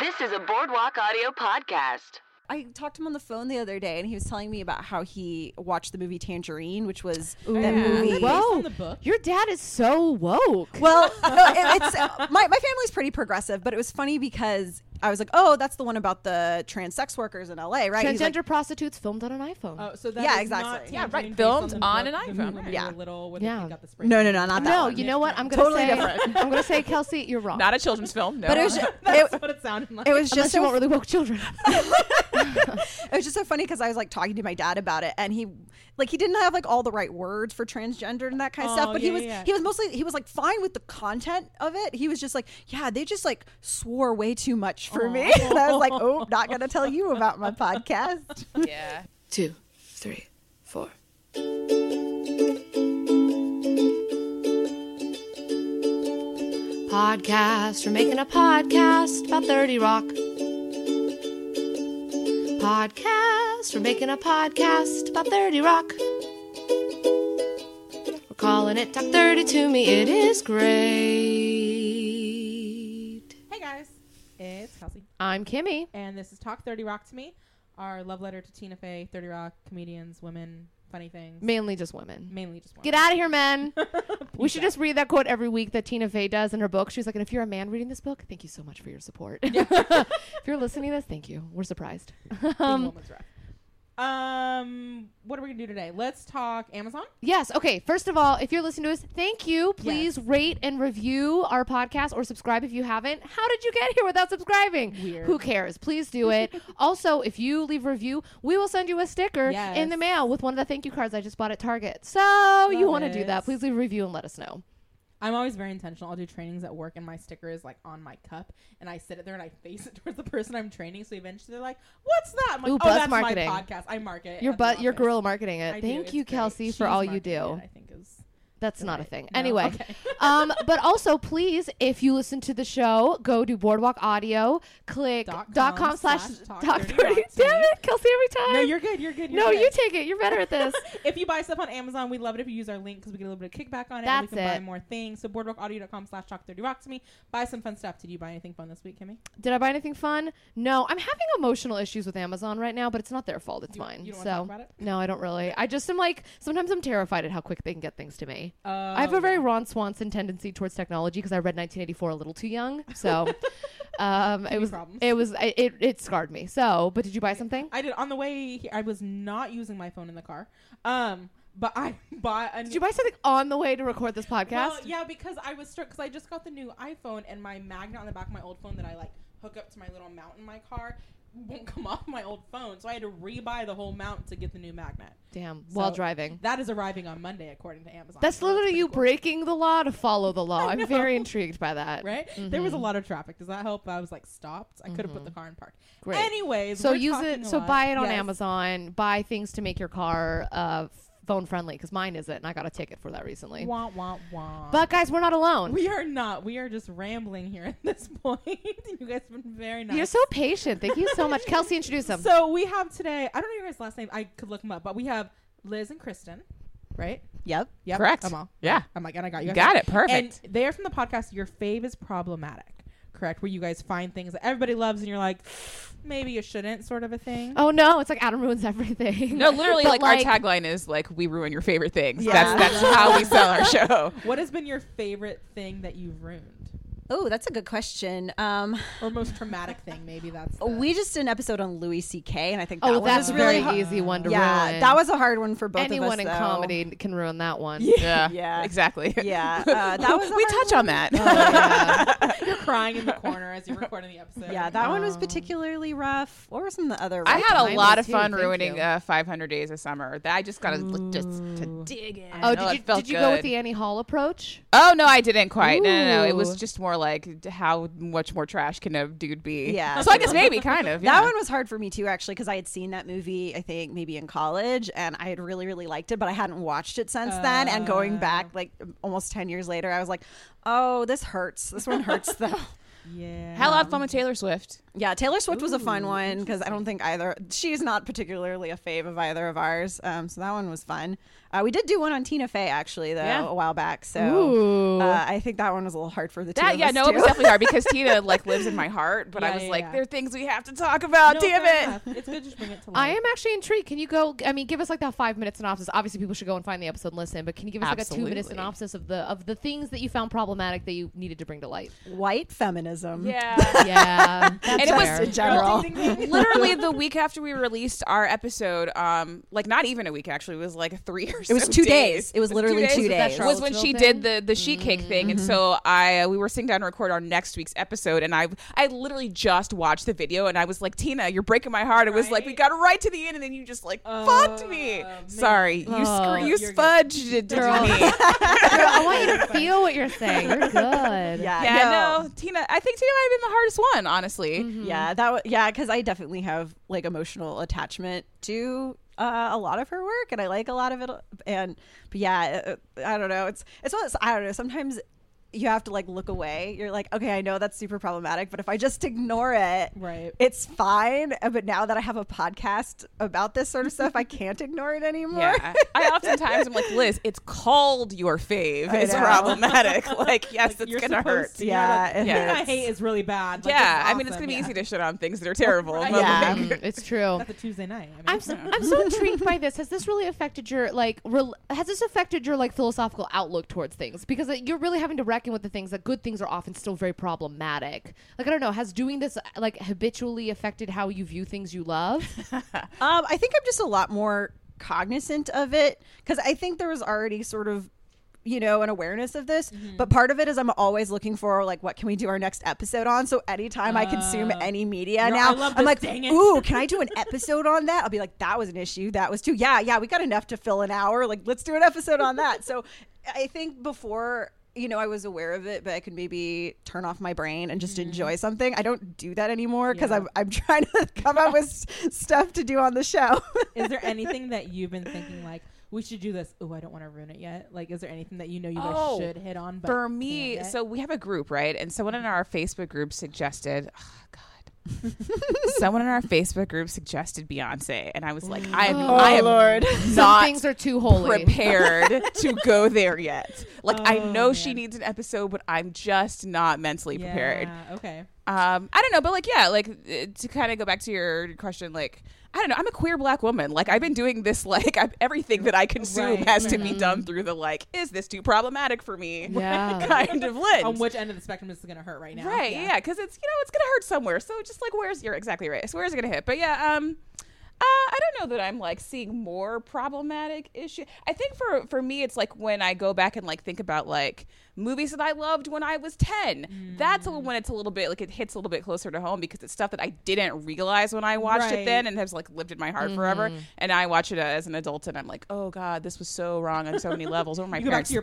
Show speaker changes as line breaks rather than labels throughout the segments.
This is a Boardwalk Audio podcast.
I talked to him on the phone the other day, and he was telling me about how he watched the movie Tangerine, which was that
Yeah.
movie.
Well-
Based
Whoa.
on the book.
Your dad is so woke.
Well, no, it- it's uh, my my family's pretty progressive, but it was funny because I was like, "Oh, that's the one about the trans sex workers in LA, right?" He's like,
Transgender prostitutes filmed on an iPhone.
Oh, so that
Yeah,
is
exactly.
not
Yeah, right.
Tangerine based
Filmed
the
on
book,
an
the
iPhone,
movie
right?
when
Yeah.
we were little when they
Yeah.
got the spray
no,
tan.
no, no, not that
no,
one.
you know what? I'm gonna
Totally
say
different.
I'm gonna say Kelsey, you're wrong.
Not a children's film, no.
But it was ju-
That's
it,
what it sounded like.
it was
Unless
just
you
so
want really woke children.
it was just so funny because I was like talking to my dad about it, and he like he didn't have like all the right words for transgender and that kind of
Oh,
stuff. But he
yeah,
was
yeah, yeah.
he was mostly he was like fine with the content of it. He was just like, yeah, they just like swore way too much for me. And I was like, oh, not gonna tell you about my podcast.
yeah.
two, three, four. Podcast. We're making a podcast about 30 Rock. Podcast. We're making a podcast about 30 Rock. We're calling it Talk 30 to Me. It is great.
hey guys, it's Kelsey,
I'm Kimmy.
and this is Talk Thirty Rock to Me, our love letter to Tina Fey, Thirty Rock comedians, women, funny things,
Mainly just women.
mainly just women.
Get out of here, men. we
Peace
should
out.
just read that quote every week that Tina Fey does in her book. She's like, and if you're a man reading this book, thank you so much for your support. if you're listening to this, thank you. We're surprised.
Being a
Um,
woman's rough. Um, what are we gonna do today? Let's talk Amazon.
Yes. Okay. First of all, if you're listening to us, thank you. Please rate and review our podcast or subscribe if you haven't. How did you get here without subscribing?
Weird.
Who cares? Please do it. also, if you leave a review, we will send you a sticker
Yes.
in the mail with one of the thank you cards I just bought at Target. So you want to do
it.
that? Please leave a review and let us know.
I'm always very intentional. I'll do trainings at work, and my sticker is like on my cup, and I sit it there and I face it towards the person I'm training. So eventually they're like, "What's that?" I'm like,
Ooh,
"Oh,
buzz
that's
marketing.
my podcast. I market
Your
at the
butt, your
office."
guerrilla marketing it.
I do.
thank
It's
you,
great.
Kelsey,
She's
for all you
marketing
do.
it, I think is
That's not a
Right.
thing.
No?
Anyway,
Okay.
um, but also please, if you listen to the show, go to Boardwalk Audio, click
Dot
dot
com
com slash
slash
talk
talk dirty
dirty.
rock to
Damn
me.
it, Kelsey, every time.
no, you're good. You're good. You're
no,
good.
you take it. You're better at this.
if you buy stuff on Amazon, we love it if you use our link because we get a little bit of kickback on it. and we
That's
can buy
it.
more things. So boardwalkaudio.com slash talk thirty rock to me. Buy some fun stuff. Did you buy anything fun this week, Kimmy?
Did I buy anything fun? No, I'm having emotional issues with Amazon right now, but it's not their fault. It's
You-
mine.
you don't
so
wanna talk about it?
no, I don't really. I just am like sometimes I'm terrified at how quick they can get things to me.
Uh,
I have a very Ron Swanson tendency towards technology because I read 1984 a little too young. So um, it was
problems.
it was I- it it scarred me. So, but did you buy something?
I did on the way. Here, I was not using my phone in the car. Um, but I bought a.
Did
new-
you buy something on the way to record this podcast?
Well, yeah, because I was struck because I just got the new iPhone and my magnet on the back of my old phone that I like hook up to my little mount in my car won't come off my old phone, so I had to rebuy the whole mount to get the new magnet.
Damn, while
So-
driving.
That is arriving on Monday, according to Amazon.
That's
so pretty
literally you
cool.
breaking the law to follow the law. I'm very intrigued by that.
right? There
Mm-hmm.
was a lot of traffic. Does that help? I was like stopped. I could have put the car in park.
Great.
Anyways,
So
we're
use
talking
it.
a
So
lot.
buy it on
Yes.
Amazon. Buy things to make your car uh, phone friendly because mine isn't, and I got a ticket for that recently.
Wah wah wah.
But guys, we're not alone.
we are not. We are just rambling here at this point. you guys have been very nice.
You're so patient. Thank you so much, Kelsey. Introduce them.
So we have today. I don't know your guys' last name. I could look them up, but we have Liz and Kristen, right?
yep.
Yep.
Correct.
I'm all.
Yeah.
I'm like, and I got you.
You
guys.
got it. Perfect.
And they are from the podcast. Your fave is problematic, correct? Where you guys find things that everybody loves, and you're like, maybe you shouldn't, sort of a thing.
Oh no, it's like Adam ruins everything.
no, literally,
But,
like, our tagline is like, we ruin your favorite things.
Yeah.
That's that's how we sell our show.
What has been your favorite thing that you've ruined,
Oh, that's a good question. Um,
or most traumatic thing? Maybe that's. the-
we just did an episode on Louis C.K. and I think that
Oh,
one
that's
was
really
really hard.
easy one to
Yeah,
ruin.
that was a hard one for both
anyone
of us.
in
though.
comedy can ruin that one.
Yeah.
Yeah.
Exactly.
Yeah, uh, that was a
we
hard
touch on that.
You're crying in the corner as you're recording the episode.
Yeah, that one was
Um,
particularly rough. What were some of the other?
I
rough
had a
ones?
Mine
lot
was
of fun
too, thank
ruining
you.
uh, 500 Days of Summer. That I just got to just to dig in.
Oh,
No, it
did you
felt
did you go with
good.
the Annie Hall approach?
Oh no, I didn't quite. No, no, no. It
Ooh.
was just more like d- how much more trash can a dude be?
Yeah.
So I guess maybe kind of.
That
yeah.
one was hard for me too, actually, because I had seen that movie, I think, maybe in college, and I had really, really liked it, but I hadn't watched it since then. And going
Oh.
back, like almost 10 years later, I was like, oh, this hurts. This one hurts, though.
Yeah.
Hell, I had fun with Taylor Swift.
Yeah, Taylor Swift was a fun one because I don't think either she's not particularly a fave of either of ours. Um, so that one was fun. Uh, we did do one on Tina Fey actually though a while back. So
Ooh.
uh, I think that one was a little hard for the two
That,
of
yeah,
us,
no,
too.
it was definitely hard because Tina like lives in my heart, but I
Yeah,
was
yeah,
like,
yeah.
there are things we have to talk about.
No,
damn
fair
it!
enough. It's good just bring it to life.
I am actually intrigued. Can you go? I mean, give us like that five minute synopsis. Obviously, people should go and find the episode and listen. But can you give us like a two minute
Absolutely.
synopsis of the of the things that you found problematic that you needed to bring to light?
white feminism.
Yeah.
Yeah,
And it was
in general.
Ding, ding, ding.
literally the week after we released our episode, um, like not even a week actually, it was like three or
It was two days. It was
two
literally two
Was that
days.
was when she
Charlottesville
did the the sheet cake thing, and so I uh, we were sitting down to record our next week's episode, and I I literally just watched the video, and I was like, Tina, you're breaking my heart. It was like we got right Oh, to the end, and then you just like fucked me.
man.
Sorry, you
Oh,
scre- you
you're good.
spudged it to
Girl.
me.
Girl, I want you to feel what you're saying. You're good.
Yeah,
Yeah, no. Tina. I think Tina might have been the hardest one, honestly.
Yeah, that w- yeah, because I definitely have like emotional attachment to uh, a lot of her work, and I like a lot of it. And but yeah, uh, I don't know. It's it's one. of those- I don't know. Sometimes you have to like look away. You're like, okay, I know that's super problematic, but if I just ignore it,
Right.
it's fine. Uh, But now that I have a podcast about this sort of stuff, I can't ignore it anymore.
Yeah. I oftentimes am like, Liz, it's called your fave.
I
It's
know.
problemac. Like, yes, it's
You're
gonna hurt.
supposed to,
Yeah,
like, the
it
thing I
hurts.
hate is really bad. Like,
yeah,
it's
I mean, it's
awesome,
gonna be
yeah.
easy to shit on things that are terrible.
Right.
but,
Yeah.
like,
Mm, it's true.
That's a Tuesday night. I mean,
I'm so, I'm so intrigued by this. Has this really affected your like? Rel- has this affected your like philosophical outlook towards things? Because like, you're really having to reckon with the things that good things are often still very problematic. Like I don't know. Has doing this uh, like habitually affected how you view things you love?
Um, I think I'm just a lot more cognizant of it because I think there was already sort of, you know, an awareness of this.
Mm-hmm.
But part of it is I'm always looking for like, what can we do our next episode on? So anytime I consume any media
Girl, Uh, I
now,
love
I'm
this,
like,
dang it.
ooh, can I do an episode on that? I'll be like, that was an issue. That was too. Yeah, yeah, we got enough to fill an hour. Like, let's do an episode on that. So I think before. You know, I was aware of it, but I could maybe turn off my brain and
Mm-hmm.
just enjoy something. I don't do that anymore because
Yeah.
I'm, I'm trying to come up with s- stuff to do on the show.
is there anything that you've been thinking like we should do this? Oh, I don't want to ruin it yet. Like, is there anything that you know you guys
Oh,
should hit on? But
for me,
can't yet?
so we have a group, right? And someone in our Facebook group suggested, oh, God. someone in our Facebook group suggested Beyonce, and I was like, I am, I am
Some
not
things are too holy.
prepared to go there yet. Like I
Oh,
know she needs an episode, but I'm just not mentally prepared.
Yeah, okay.
Um, I don't know, but like yeah, like uh, to kind of go back to your question, like I don't know, I'm a queer black woman. Like I've been doing this, like I've, everything that I consume
Right. Mm-hmm.
has to be done through the like, is this too problematic for me?
Yeah.
kind of
On
lens.
which end of the spectrum is going to hurt right now?
Right, yeah, because it's you know it's gonna hurt somewhere. So just like where's you're exactly right. So where's it gonna hit? But yeah, um, uh, I don't know that I'm like seeing more problematic issue. I think for for me, it's like when I go back and like think about like movies that I loved when I was ten. That's
Mm.
when it's a little bit like it hits a little bit closer to home because it's stuff that I didn't realize when I watched it
Right. Mm-hmm.
then and has like lived in my heart forever. And I watch it as an adult and I'm like, oh god, this was so wrong on so many levels. What were my
You go back
parents
to your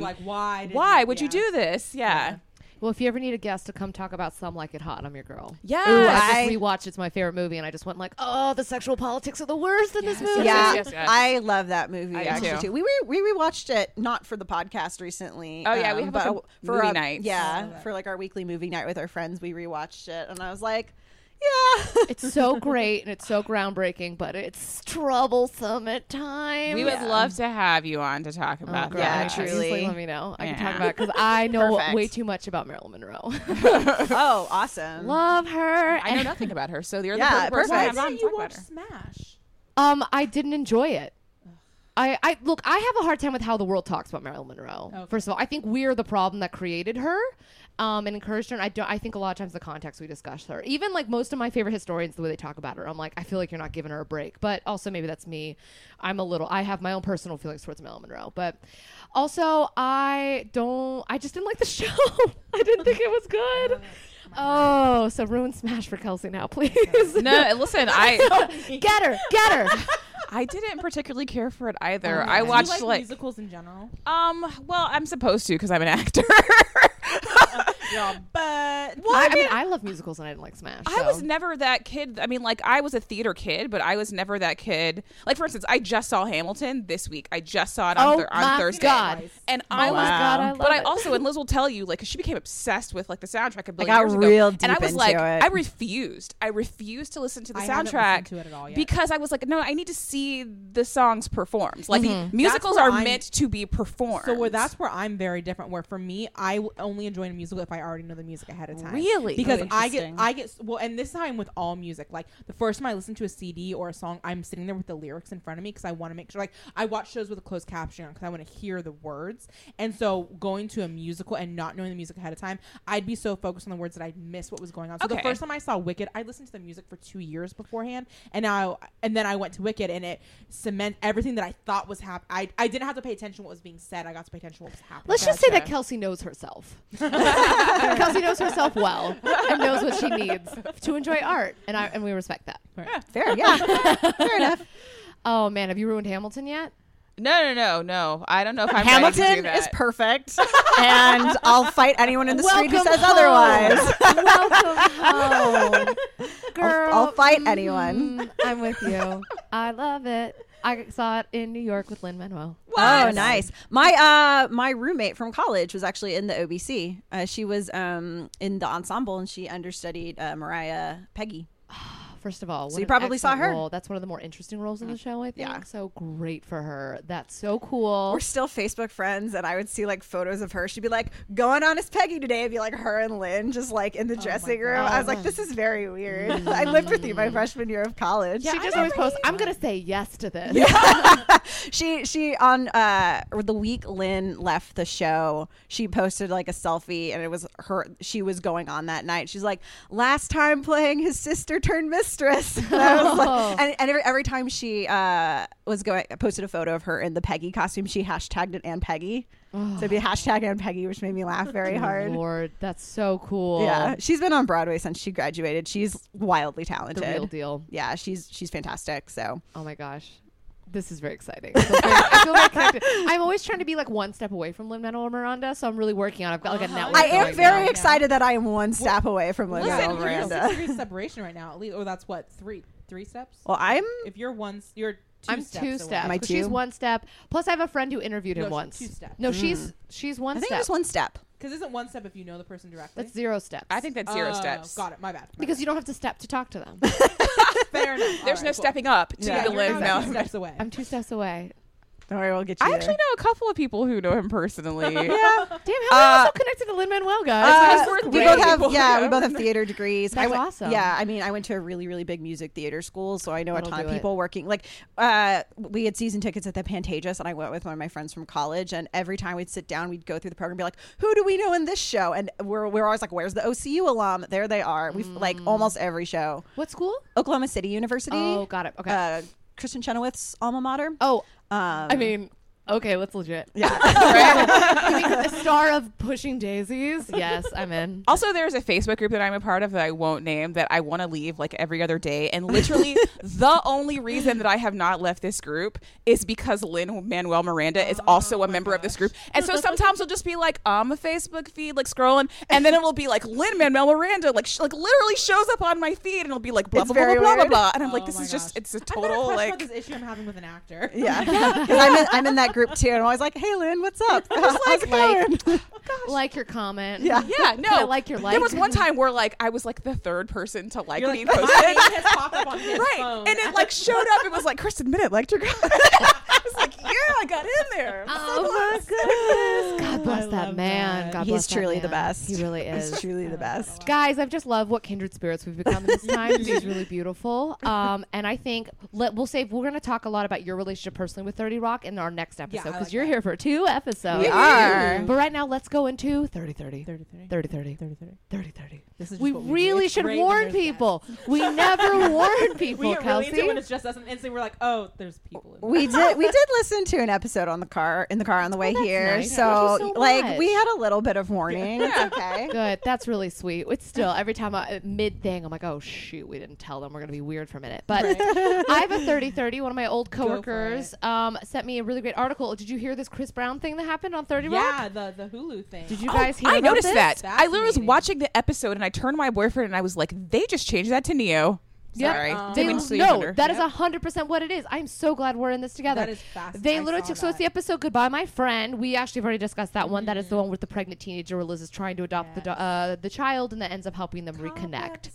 parents, you're like, why? did
Why would you
yeah.
do this? yeah.
Well, if you ever need a guest to come talk about some like it hot, I'm your girl.
Yeah,
I just
I-
rewatched. It's my favorite movie, and I just went like, oh, the sexual politics are the worst in this movie.
yeah,
yes, yes.
I love that movie
I do
actually
too.
too. We re- we rewatched it not for the podcast recently. um,
Oh, yeah, we have, like,
but
a movie
our-
night.
I love
Yeah,
it.
for like our weekly movie night with our friends, we rewatched it, and I was like, yeah,
It's so great and it's so groundbreaking, but it's troublesome at times.
We would love to have you on to talk about
God.
that.
Yeah,
Seriously,
truly.
Let me know. I can
Yeah.
talk about because I know
Perfect.
way too much about Marilyn Monroe.
oh, awesome.
love her.
I know
and-
nothing about her, so you're
Yeah,
the perfect person to
Why
perfect.
have on
didn't
to
you
talk about
watch
her.
Smash?
Um, I didn't enjoy it. I, I look. I have a hard time with how the world talks about Marilyn Monroe.
Okay.
First of all, I think we're the problem that created her, um, and encouraged her. And I don't. I think a lot of times the context we discuss her, even like most of my favorite historians, the way they talk about her, I'm like, I feel like you're not giving her a break. But also maybe that's me. I'm a little. I have my own personal feelings towards Marilyn Monroe, but also I don't. I just didn't like the show. I didn't think it was good. Oh, so ruin Smash for Kelsey now, please.
No, listen, I
get her, get her.
I didn't particularly care for it either.
Do
I
you
watched
like,
like,
musicals in general.
um, well, I'm supposed to because I'm an actor.
Y'all, but
Well,
I,
I
I mean,
mean,
I love musicals and I didn't like Smash.
I was
so.
never that kid. I mean, like I was a theater kid, but I was never that kid. Like for instance, I just saw Hamilton this week. I just saw it on,
Oh
Thur- on
my
Thursday,
God.
and I
Oh
was.
my God, I
but
love
I
it.
also and Liz will tell you like 'cause she became obsessed with like the soundtrack a billion
got
years ago.
real
and I
deep
was
into
like
it.
I refused I refused to listen to the
I haven't
soundtrack
listened to it at all yet.
because I was like no I need to see the songs performed like musicals
That's
are
where I'm-
meant to be performed
So where that's where I'm very different. Where for me, I w- only enjoy a musical if I already know the music ahead of time.
Really?
Because
Oh,
I get,
interesting.
I get, s- well, and this is how I'm with all music. Like the first time I listen to a CD or a song, I'm sitting there with the lyrics in front of me because I want to make sure. Like I watch shows with a closed caption on because I want to hear the words. And so going to a musical and not knowing the music ahead of time, I'd be so focused on the words that I'd miss what was going on. So
Okay.
the first time I saw Wicked, I listened to the music for two years beforehand, and now and then I went to Wicked, and it cement everything that I thought was happening. I I didn't have to pay attention to what was being said. I got to pay attention to what was happening.
Let's just say that Kelsey knows herself. Kelsey knows herself well and knows what she needs to enjoy art, and I and we respect that.
Fair, yeah. Fair enough.
Oh man, have you ruined Hamilton yet?
no no no no I don't know if I'm ready to do
Hamilton
that.
is perfect, and I'll fight anyone in the street who says otherwise.
Welcome home, girl.
I'll fight anyone.
Mm, I'm with you. I love it. I saw it in New York with Lin Manuel.
Oh, nice. My uh, my roommate from college was actually in the OBC. Uh, she was um in the ensemble, and she understudied uh, Mariah Peggy.
First of all,
So
what
you
an
probably saw
excellent
her.
role. That's one of the more interesting roles in the show. I think.
Yeah.
So great for her. That's so cool.
We're still Facebook friends, and I would see like photos of her. She'd be like, "Going on as Peggy today." It'd be like her and Lynn just like in the
Oh
dressing room. I was like, "This is very weird."
Mm.
I lived with you my freshman year of college.
she just always posts, "I'm gonna say yes to this."
she she on uh the week Lynn left the show, she posted like a selfie and it was her she was going on that night. She's like, last time playing his sister turned mistress. And, I was like-
Oh.
and, and every, every time she uh was going posted a photo of her in the Peggy costume, she hashtagged it and Peggy. So it'd be hashtag and Peggy, which made me laugh very hard.
Oh. Lord, that's so cool.
Yeah. She's been on Broadway since she graduated. She's wildly
the
talented.
real deal.
Yeah, she's she's fantastic. So
Oh my gosh. This is very exciting. I feel very- I feel very connected. I'm always trying to be like one step away from Lin Manuel Miranda, so I'm really working on. it. I've got like a network.
I am
going
very
now.
excited that I am one step away from Lin
Listen,
Manuel
you're in six
Miranda.
degrees separation right now, at least, or that's what three, three steps.
Well, I'm
if you're one, s- you're two
I'm
steps
two
away.
steps.
Am I
'cause She's
two?
one step. Plus, I have a friend who interviewed him
No, she's
once.
two steps.
No, she's she's one
I think
step.
just one step.
Because isn't one step if you know the person directly?
That's zero steps.
I think that's zero
Oh,
steps
Got it. My bad. my
because
bad.
you don't have to step to talk to them.
fair enough.
there's
All
no
right, cool.
stepping up to
Yeah,
the
you're
live
not
now.
two steps away.
I'm two steps away.
Don't worry, we'll get you.
I
there.
actually know a couple of people who know him personally. yeah.
Damn, how am I
Uh,
so connected to Lin Manuel, guys?
Uh,
That's worth
we
great.
both have
People
yeah, we
who
both
have-
have theater degrees. I
That's
went,
awesome.
Yeah, I mean, I went to a really really big music theater school, so I know
That'll
a ton
do
of
it.
people working. Like uh, we had season tickets at the Pantages, and I went with one of my friends from college. And every time we'd sit down, we'd go through the program, and be like, "Who do we know in this show?" And we're we're always like, "Where's the OCU alum?" There they are. We've like
Mm.
almost every show.
what school?
Oklahoma City University.
Oh, got it. Okay.
Uh, Kristen Chenoweth's alma mater.
oh,
Um,
I mean, okay, let's legit.
yeah.
You mean the star of Pushing Daisies? Yes, I'm in.
Also, there's a Facebook group that I'm a part of that I won't name that I want to leave like every other day. And literally, the only reason that I have not left this group is because Lynn Manuel Miranda is
Oh
also a member of this group. And so sometimes I'll just be like on the Facebook feed, like scrolling, and then it'll be like Lynn Manuel Miranda, like sh- like literally shows up on my feed, and it'll be like blah
It's
blah blah
very
blah blah
weird.
blah. And I'm
Oh
like, this
my
is just
gosh.
it's a
I've got a
total
crush
like.
about this issue I'm having with an actor.
Yeah, 'Cause I'm in I'm in that group too, and I'm always like, "Hey, Lynn, what's up? How's it
like-
going?"
Like your comment.
Yeah.
Yeah, no.
I like your like.
There was one time where like I was like the third person to like
You're
what
like,
he
my name
posted.
has popped up on his
right,
Oh.
phone.
and it like showed up. It was like Kristen Minute liked your comment. I was like, yeah, I got in there.
Oh my goodness. God bless that
love
man.
that.
God
He's
bless that
truly the
man.
best.
He really is.
It's truly the best.
Guys, I've just loved what kindred spirits we've become in this time. this is really beautiful. Um, and I think let, we'll save. We're going to talk a lot about your relationship personally with Thirty Rock in our next episode
I
because
like
you're
that.
here for two episodes.
We are.
But right now, let's go into 30 30.
30, 30,
30 30.
30, 30.
30 30.
This is
We
just what do.
really
It's
should
great when
warn
there's guests.
people. We never warn people,
We get really
Kelsey.
into it when it's just us, and instantly we're like, oh, there's people. In there.
We did we did listen to an episode on the car in the car on the way here.
Oh, nice.
So
Thank you so
Like
much.
we had a little bit of warning. It's okay.
Good. That's really sweet. It's still every time I mid thing, I'm like, oh shoot, we didn't tell them. We're gonna be weird for a minute. But I have a 3030. One of my old coworkers um, sent me a really great article. Did you hear this Chris Brown thing that happened on 30 Rock?
yeah, Oh, the the Hulu thing.
Did you guys hear?
Oh, I
about
noticed
this?
that. I literally was
Fascinating.
watching the episode and I turned to my boyfriend and I was like, they just changed that to Neo.
Yep.
Sorry.
Um,
They,
Didn't mean to steal your
no,
thunder.
that is a hundred percent what it is. I'm so glad we're in this together.
That is fast.
They
I
literally
saw
took so it's
that. Mm-hmm.
the episode "Goodbye, My Friend." We actually have already discussed that one. That is the one with the pregnant teenager where Liz is trying to adopt the do- uh, the child, and that ends up helping them reconnect.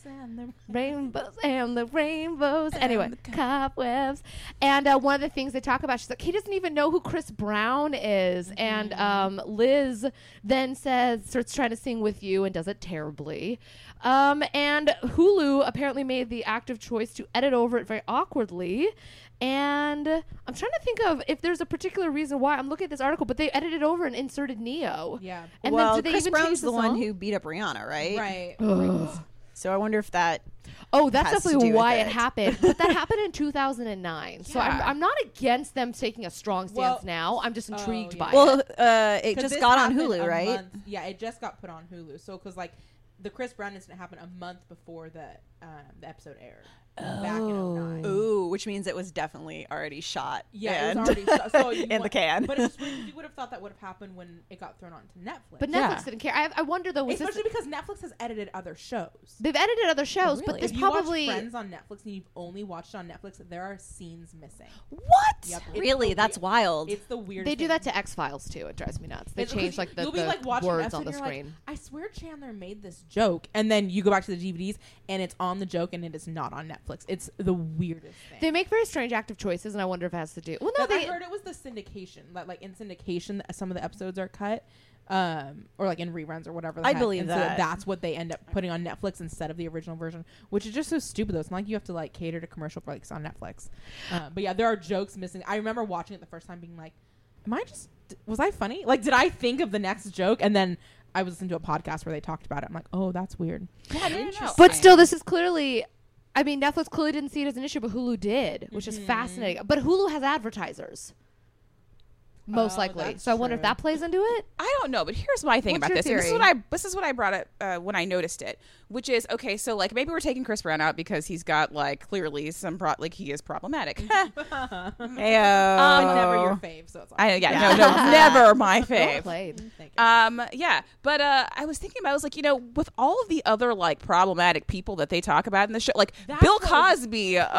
Rainbows and the rainbows. Anyway, cobwebs. And uh, one of the things they talk about, she's like, he doesn't even know who Chris Brown is. And um, Liz then says, starts trying to sing with you and does it terribly. Um, and Hulu apparently made the active choice to edit over it very awkwardly. And I'm trying to think of if there's a particular reason why I'm looking at this article, but they edited over and inserted Neo.
Yeah.
And
well,
then did they
Chris
even change
Brown's
the,
the, one
song?
who beat up Rihanna, right?
Right.
So I wonder if that.
Oh, that's
has to
definitely
do with
why
it.
it. happened. But that happened in 2009. So I'm, I'm not against them taking a strong stance
Well- oh,
now. I'm just intrigued
yeah.
by it.
Well, uh, it
'Cause
just
this
got on
happened
Hulu,
a
right?
month- yeah, it just got put on Hulu. So because like the Chris Brown incident happened a month before the um, the episode aired. Back in 09.
Ooh, which means it was definitely already shot.
Yeah,
Oh, and-
it was already so, so you
in
want-
the can.
But it's just weird, you would have thought that would have happened when it got thrown onto Netflix.
but Netflix
yeah.
didn't care. I, I wonder though. Was this,
especially because Netflix has edited other shows.
they've edited other shows, but
Really?
this
if you
probably
watch Friends on Netflix and you've only watched it on Netflix, there are scenes missing.
what?
Yep, it's
really?
the
That's
weir-
wild.
It's the weirdest.
they do
thing.
that to X Files too. It drives me nuts. They
It's- 'cause
change like the,
you'll be,
the
like, watching an
words
episode
on the
and you're like,
screen.
I swear Chandler made this joke, and then you go back to the DVDs and it's on the joke and it is not on Netflix. It's the weirdest thing.
They make very strange active choices, and I wonder if it has to do. Well, no,
But I
they.
heard it was the syndication that, like, in syndication, some of the episodes are cut, um, or like in reruns or whatever. the
I
heck.
believe
and
that.
So that's what they end up putting on Netflix instead of the original version, which is just so stupid. Though it's not like you have to like cater to commercial breaks on Netflix. Uh, but yeah, there are jokes missing. I remember watching it the first time, being like, "Am I just d- was I funny? Like, did I think of the next joke?" And then I was listening to a podcast where they talked about it. I'm like, "Oh, that's weird."
But still, this is clearly. I mean, Netflix clearly didn't see it as an issue, but Hulu did, which
Mm-hmm.
is fascinating. But Hulu has advertisers, most
Oh,
likely.
that's
So I wonder if
true.
that plays into it.
I don't know, but here's my thing
What's
about
your
this. And this is
theory?
what I this is what I brought up uh, when I noticed it, which is okay. So like maybe we're taking Chris Brown out because he's got like clearly some pro- like he is problematic.
Ayo.
But Um, never
Oh.
your fave, so it's all
I, yeah, no, no, never my fave.
Played.
Thank you.
Um, yeah, but uh, I was thinking about, I was like, you know, with all of the other like problematic people that they talk about in the show, like
That's
Bill
what was
Cosby, um,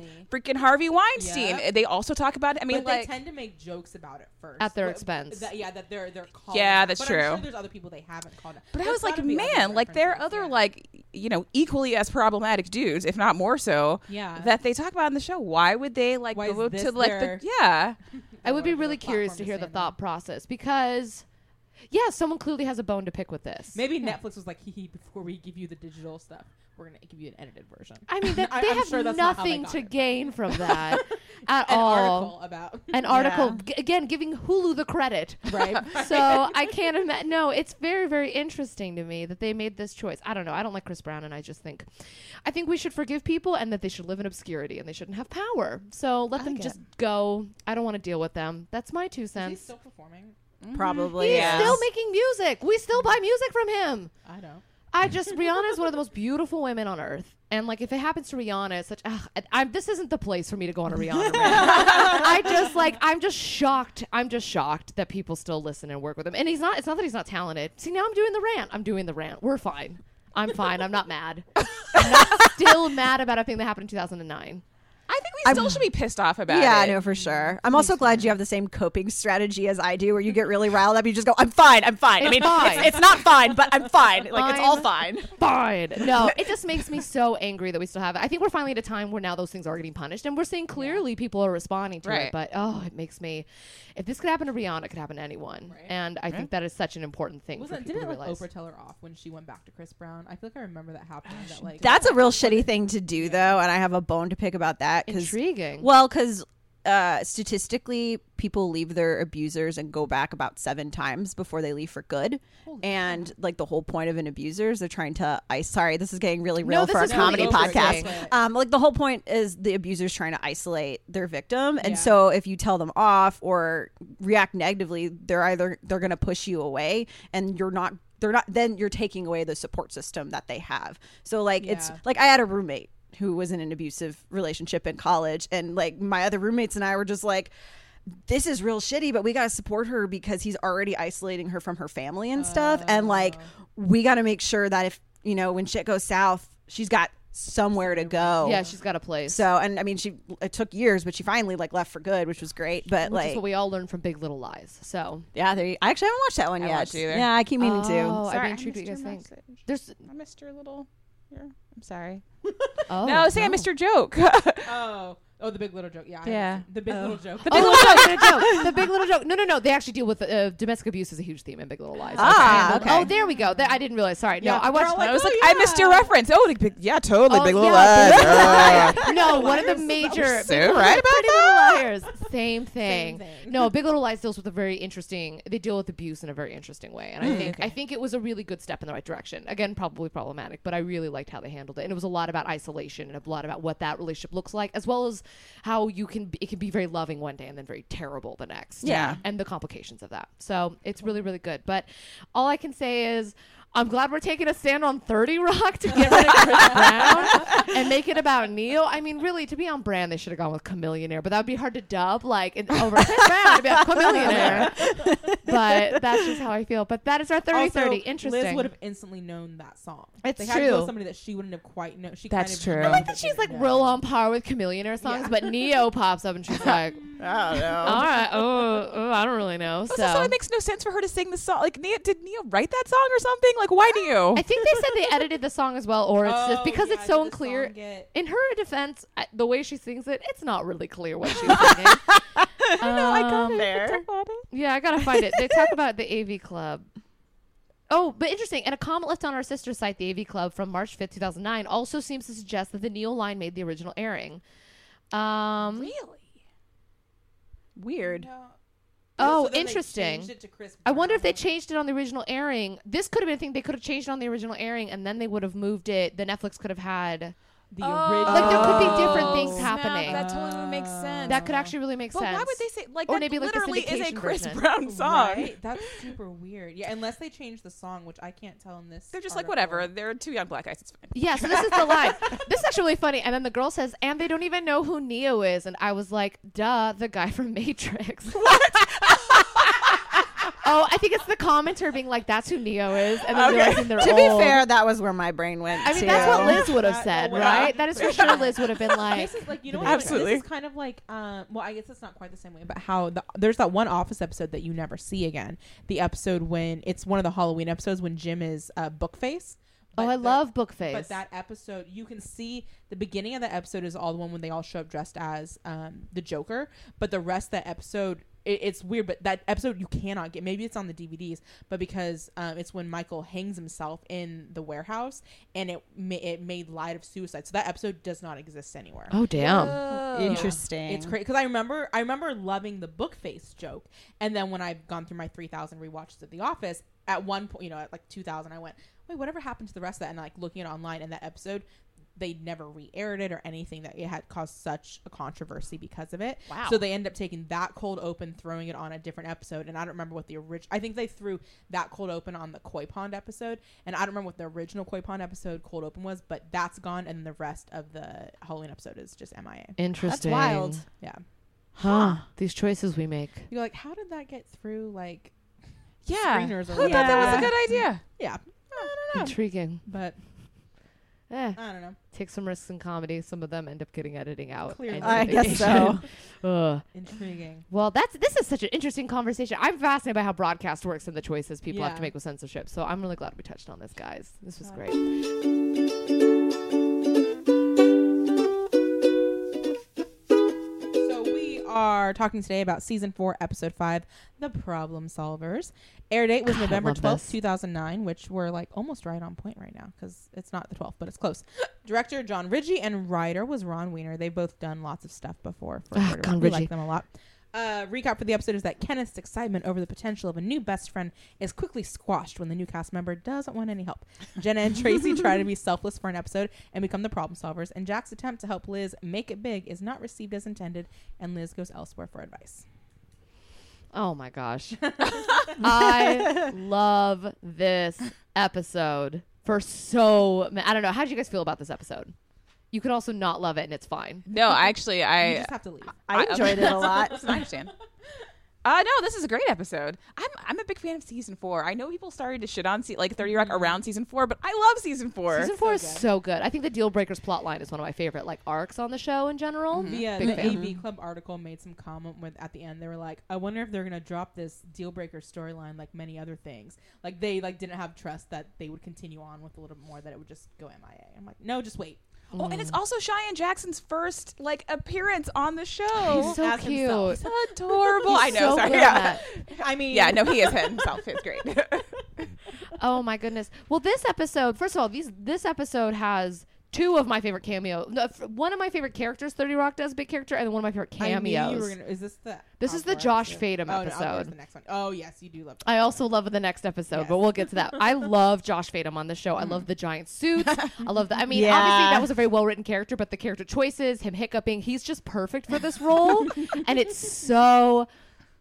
constantly.
freaking Harvey Weinstein,
Yep.
they also talk about. I mean,
but
like,
they tend to make jokes about it first
At their
But-
expense.
that- yeah, that they're they're calling.
Yeah,
out.
that's
But I'm sure
true.
there's other people they haven't called. out.
but I
There's
was like,
gotta be other
man, like there are
references,
other
yeah.
like you know equally as problematic dudes, if not more so,
Yeah.
that they talk about in the show. Why would they like
Why is
go to
this
like
their-
the yeah?
I would be
Whatever
really
the
curious
platform
to
is
hear the
saying
thought process because, yeah, someone clearly has a bone to pick with this.
that. Maybe Netflix was like, hee hee. Before we give you the digital stuff, we're gonna give you an edited version.
I mean, that,
I-
they
I'm
have
sure that's not how they
nothing
got
to
it.
gain from that at
An
all.
article about
An article, g- again, giving Hulu the credit.
right.
So I can't imagine. No, it's very, very interesting to me that they made this choice. I don't know. I don't like Chris Brown, and I just think, I think we should forgive people, and that they should live in obscurity, and they shouldn't have power. So let them just go. I don't want to deal with them. That's my two
He's
cents.
still performing.
Probably.
He's
yeah.
still making music. We still buy music from him.
I know.
I just Rihanna is one of the most beautiful women on earth, and like if it happens to Rihanna, it's such ugh, I- I'm, this isn't the place for me to go on a Rihanna. rant. I just like I'm just shocked. I'm just shocked that people still listen and work with him. And he's not. It's not that he's not talented. See, now I'm doing the rant. I'm doing the rant. We're fine. I'm fine. I'm not mad. I'm not still mad about a thing that happened in 2009.
I think we still should be pissed off about
Yeah,
it.
no, for sure. I'm also glad you have the same coping strategy as I do, where you get really riled up. You just go, "I'm fine, I'm fine." I mean,
fine.
It's, it's not fine, but I'm fine. Like it's all
Fine.
fine.
fine. No, it just makes me so angry that we still have it. I think we're finally at a time where now those things are getting punished, and we're seeing clearly people are responding to
Right.
it. But oh, it makes me. If this could happen to Rihanna, it could happen to anyone, and I think that is such an important thing for
Wasn't
people
didn't
to
like
realize.
Oprah tell her off when she went back to Chris Brown? I feel like I remember that happening. That like
That's a real shitty thing to do, though, and I have a bone to pick about that. 'cause-
Intriguing.
Well, because uh, statistically, people leave their abusers and go back about seven times before they leave for good. and like the whole point of an abuser is they're trying to. I sorry, this is getting really real
this
for a
is really
comedy
interesting.
podcast. Um, like the whole point is the abuser's trying to isolate their victim, and so if you tell them off or react negatively, they're either they're going to push you away, and you're not. They're not. Then you're taking away the support system that they have. So like it's
Yeah.
like I had a roommate who was in an abusive relationship in college and like my other roommates and I were just like this is real shitty but we got to support her because he's already isolating her from her family and stuff and like
Oh.
we got to make sure that if you know when shit goes south she's got somewhere to go
yeah, she's got a place.
so and I mean she it took years but she finally like left for good which was great but
which is
like
what we all learned from Big Little Lies. So
yeah there you, I actually haven't watched that one
I
yet
watched either.
yeah I keep meaning
Oh,
to
I'd be
Sorry, I
intrigued what you guys
missed your
think.
message.
There's
I missed your little. your- I'm sorry.
oh
no, I was saying I missed your joke.
Oh, oh, the big little joke. Yeah, I
Yeah.
understand. the
Oh.
big little joke.
Big Little Joke, Big Little Joke, the Big Little Joke. No, no, no. They actually deal with uh, domestic abuse is a huge theme in Big Little Lies.
Ah, okay.
Oh, there we go. There- I didn't realize. Sorry.
Yeah,
no, I
they're
watched.
all
I was
oh,
like, I missed your
yeah.
reference. Oh, like, big- yeah, totally.
Oh,
big little
yeah, Big Little
lies.
Lies. no, one of the major.
so right about
Pretty
that.
Little Liars. Same thing. No, Big Little Lies deals with a very interesting. They deal with abuse in a very interesting way, and I think I think it was a really good step in the right direction. Again, probably problematic, but I really liked how they handled it, and it was a lot about isolation and a lot about what that relationship looks like, as well as how you can be, it can be very loving one day and then very terrible the next.
Yeah.
and the complications of that. So it's really really good. But all I can say is. I'm glad we're taking a stand on 30 Rock to get rid of Chris Brown and make it about Neil. I mean, really, to be on brand, they should have gone with Chameleonaire, but that would be hard to dub like in, over Chris Brown to be like Chameleonaire. but that's just how I feel. But that is our 30
Also,
30. Interesting.
Liz would have instantly known that song.
It's
they Had to go with
true.
somebody that she wouldn't have quite known. She
That's
kind of
true.
known
I like
but
But she's like
didn't know.
real on par with Chameleonaire songs, but Neo pops up and she's like,
I don't know
all right, oh, oh, I don't really know.
Also, so
So.
it makes no sense for her to sing the song. Like, Nia, did Nia write that song or something? Like, why do you?
I think they said they edited the song as well, or it's
Oh,
just because
yeah,
it's so
did the
unclear.
song get-
In her defense, I- the way she sings it, it's not really clear what she's singing. I know, I
Um,
got Yeah, I gotta find it. They talk about the AV Club. Oh, but interesting. And a comment left on our sister site, the AV Club, from March 5th, 2009, also seems to suggest that the Neil line made the original airing. Um,
weird
Oh,
So then they
interesting.
changed it to Chris
I wonder if
Brown.
they changed it on the original airing. This could have been a thing. They could have changed it on the original airing, and then they would have moved it. The Netflix could have had.
the original. Oh.
Like, there could be different things happening.
Oh, That totally would make sense.
That could actually really make
But
sense.
why would they say like
Or
that?
maybe, like, the
literally is a
syndication
Chris
version.
Brown song.
Right? That's super weird. Yeah, unless they change the song, which I can't tell in this.
They're just like
article.
whatever. They're two young black guys. It's fine.
Yeah, so this is the line. This is actually really funny. And then the girl says, and they don't even know who Neo is. And I was like, duh, the guy from Matrix. What? oh, I think it's the commenter being like, that's who Neo is. And then realizing they're
to be
old.
fair that was where my brain went
oh. I mean,
to.
that's what Liz would
Yeah,
have said,
well,
right? That is for sure Liz would have been like,
This is like you know what?
Absolutely.
This is kind of like um. Well, I guess it's not quite the same way, but how the, there's that one Office episode that you never see again. The episode when it's one of the Halloween episodes when Jim is uh, Bookface.
oh,
But
I
the-
love Bookface.
But that episode, you can see the beginning of the episode is all the one when they all show up dressed as um, the Joker. But the rest of the episode, it, it's weird. But that episode you cannot get. Maybe it's on the DVDs, but because um, it's when Michael hangs himself in the warehouse, and it ma- it made light of suicide. So that episode does not exist anywhere.
oh, damn.
interesting
It's crazy because I remember I remember loving the book face joke, and then when I've gone through my three thousand rewatches of The Office, at one point, you know, at like two thousand, I went, wait, whatever happened to the rest of that? And like looking at it online, and that episode, they never re-aired it or anything that it had caused such a controversy because of it.
Wow.
So they end up taking that cold open, throwing it on a different episode, and I don't remember what the original. I think they threw that cold open on the koi pond episode, and I don't remember what the original koi pond episode cold open was, but that's gone, and the rest of the Halloween episode is just MIA.
Interesting.
wild.
Yeah.
Huh. These choices we make.
You're like, how did that get through? Like,
Yeah.
Screeners
Who
are
thought
Yeah.
that was a good idea?
yeah,
Intriguing.
but
Eh,
I don't know.
take some risks in comedy. Some of them end up getting editing out.
Clearly.
and
I guess so.
Ugh.
Intriguing.
Well, that's this is such an interesting conversation. I'm fascinated by how broadcast works and the choices people have
Yeah.
to make with censorship. So I'm really glad we touched on this, guys. This was great.
So we are talking today about season four, episode five, The Problem Solvers. Air date was November
love
12th,
this.
2009, which we're like almost right on point right now because it's not the 12th, but it's close. Director John Ritchie and writer was Ron Weiner. They've both done lots of stuff before. For
Ah,
Word of
John
Mouth. we like
Ritchie.
them a lot. Uh, recap for the episode is that Kenneth's excitement over the potential of a new best friend is quickly squashed when the new cast member doesn't want any help. Jenna and Tracy try to be selfless for an episode and become the problem solvers, and Jack's attempt to help Liz make it big is not received as intended, and Liz goes elsewhere for advice.
Oh my gosh. I love this episode for so ma- I don't know. How did you guys feel about this episode? You could also not love it and it's fine.
No, actually,
You
I
just have to leave.
I enjoyed it a lot.
I understand. Uh, no, this is a great episode. I'm I'm a big fan of season four. I know people started to shit on se- like Thirty Rock around season four, but I love season four.
Season four is so good. I think the Deal Breakers plotline is one of my favorite like arcs on the show in general.
Yeah,
Big
the
fan. Mm-hmm.
AV Club article made some comment with at the end. They were like, "I wonder if they're gonna drop this deal breaker storyline like many other things. Like they like didn't have trust that they would continue on with a little bit more. That it would just go MIA. I'm like, no, just wait.
oh, and it's also Cheyenne Jackson's first like appearance on the
He's
show.
so
As
cute.
himself.
He's
Adorable. I know.
so
sorry.
good
Yeah.
at
I mean,
yeah. No, he is himself. It's great.
that. Oh my goodness. Well, this episode, first of all, these this episode has two of my favorite cameo. No, f- one of my favorite characters, Thirty Rock does big character, and then one of my favorite
I knew you were
cameos.
gonna- is this the?
This is the
Outlaw
Josh
episode?
Fadem
oh, no, Outlaw's
episode.
the next one. Oh yes, you do love.
I also love the next episode, but
Yes. Mm.
we'll get to that. I love Josh Fadem on the show. I love the giant suits. I love that. I mean, obviously
Yeah.
that was a very well written character, but the character choices, him hiccuping, he's just perfect for this role, and it's so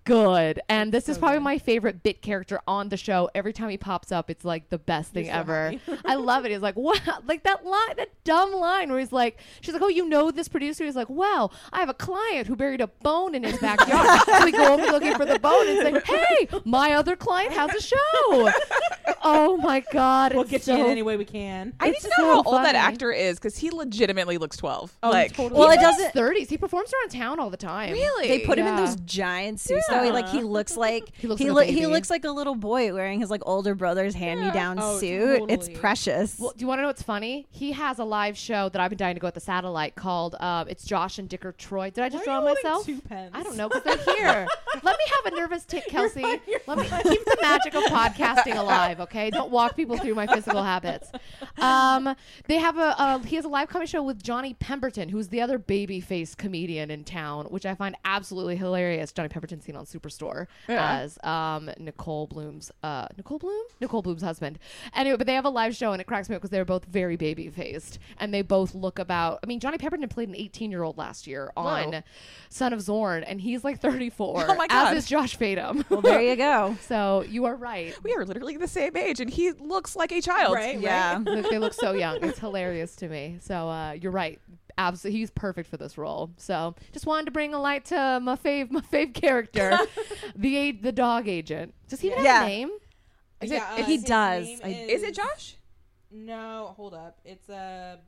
good. And this is probably my favorite bit character on the show. Every time he pops up, it's like the best thing
so
ever.
happy.
I love it. He's like, wow, like that line, that dumb line where he's like, she's like, oh, you know this producer? He's like, wow, I have a client who buried a bone in his backyard. so we go over looking for the bone and say, hey, my other client has a show. oh my god,
We'll
it's
get
so
you in any way we can.
I need to know
It's so
how old that
funny.
actor is because he legitimately looks twelve.
Oh,
like,
totally.
Well, it
Even in his
doesn't-
30s. He performs around town all the time.
really?
They put him in
Yeah.
those giant suits. Though he like he looks like he looks
looks
he,
like a
loo- he
baby.
looks like a little boy wearing his like older brother's hand me down
Oh,
suit. It's
totally.
precious.
Well, do you want to know what's funny? He has a live show that I've been dying to go at the satellite called uh, "It's Josh and Dick or Troy." Did I just
Why
draw
are you holding
myself?
two pens?
I don't know because they're here. Let me have a nervous tick, Kelsey. Let me keep the magic of podcasting alive. Okay, don't walk people through my physical habits. Um, they have a uh, he has a live comedy show with Johnny Pemberton, who's the other baby face comedian in town, which I find absolutely hilarious. Johnny Pemberton seen on Superstore as um, Nicole Bloom's uh, Nicole Bloom Nicole Bloom's husband. Anyway, but they have a live show and it cracks me up because they're both very baby faced and they both look about. I mean, Johnny Pemberton played an 18 year old last year on Son of Zorn, and he's like 34.
Oh my God.
As is Josh Fadem.
Well, there you go.
so you are right.
we are literally the same age, and he looks like a child.
Right?
Yeah.
Look, they look so young. It's hilarious to me. So uh, you're right. Absolutely, he's perfect for this role. So just wanted to bring a light to my fave, my fave character, the a- the dog agent. Does he even have
Yeah.
a name? Is it-
Yeah,
is
uh,
he
his
does.
name
I-
Is it Josh?
No, hold up. It's a.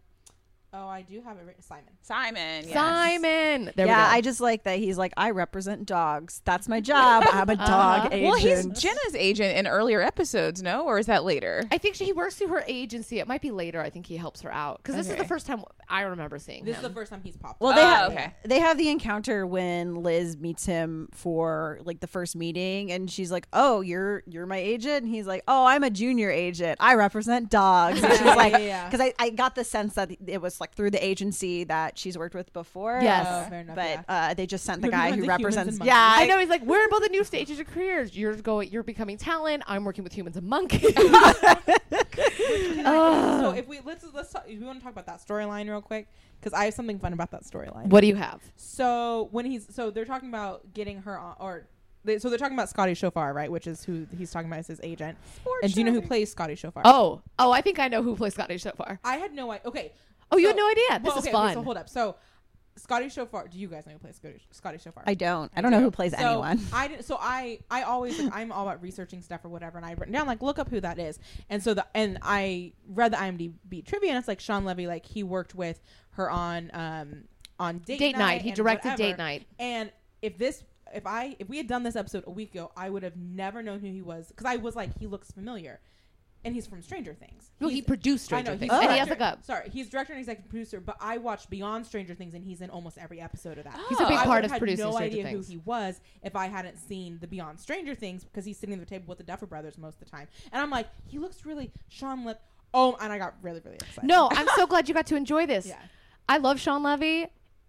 oh, I do have it written. Simon.
Simon. yes.
Simon? There
yeah, I
we go.
just like that he's like, I represent dogs. That's my job. I'm
Uh-huh.
a dog agent.
Well, he's Jenna's agent in earlier episodes, no? Or is that later?
I think she, he works through her agency. It might be later. I think he helps her out because this is the
Okay.
first time I remember seeing
This is
him.
the first time he's popped.
Well,
up.
they
Oh,
have
okay.
they have the encounter when Liz meets him for like the first meeting, and she's like, "Oh, you're you're my agent," and he's like, "Oh, I'm a junior agent. I represent dogs." And she's
Yeah,
like,
yeah, yeah.
"Because I, I got the sense that it was like through the agency that she's worked with before."
Yes.
Oh, fair enough,
but
yeah.
uh, they just sent the
We're
guy
doing
who
the humans and
represents.
monkeys.
Yeah, I,
I know he's like, we're in both the new stages of careers. You're going, you're becoming talent. I'm working with humans and monkeys.
So if we let's let's talk, we want to talk about that storyline real quick because I have something fun about that storyline.
what do you have?
So when he's so they're talking about getting her on or. They, so they're talking about Scotty Shofar, right? Which is who he's talking about as his agent. and do you know who plays Scotty Shofar?
Oh, oh, I think I know who plays Scottish so far.
I had no idea. Okay.
Oh, you had no idea. This is
so
fun.
hold up. So Scotty Shofar, do you guys know who plays Scotty, Scotty Shofar?
I don't. I don't know who plays
so
anyone.
I did, so I I always like, I'm all about researching stuff or whatever, and I written down like look up who that is, and so the and I read the IMDb trivia, and it's like Sean Levy, like he worked with her on um on date,
Date night. He
and
directed
whatever.
Date Night.
and if this. If I if we had done this episode a week ago, I would have never known who he was because I was like he looks familiar, and he's from Stranger Things.
No, he
He's-
produced Stranger
I know,
Things.
he's
And he has
director-
like a
Sorry, he's director and executive producer, but I watched Beyond Stranger Things, and he's in almost every episode of that.
He's a big
I
part
would've
of
had
producing
no
Stranger
idea
Things.
who he was if I hadn't seen the Beyond Stranger Things because he's sitting at the table with the Duffer Brothers most of the time, and I'm like, he looks really Sean Lip. Oh, and I got really really excited.
No, I'm so glad you got to enjoy this.
Yeah.
I love Sean Levy.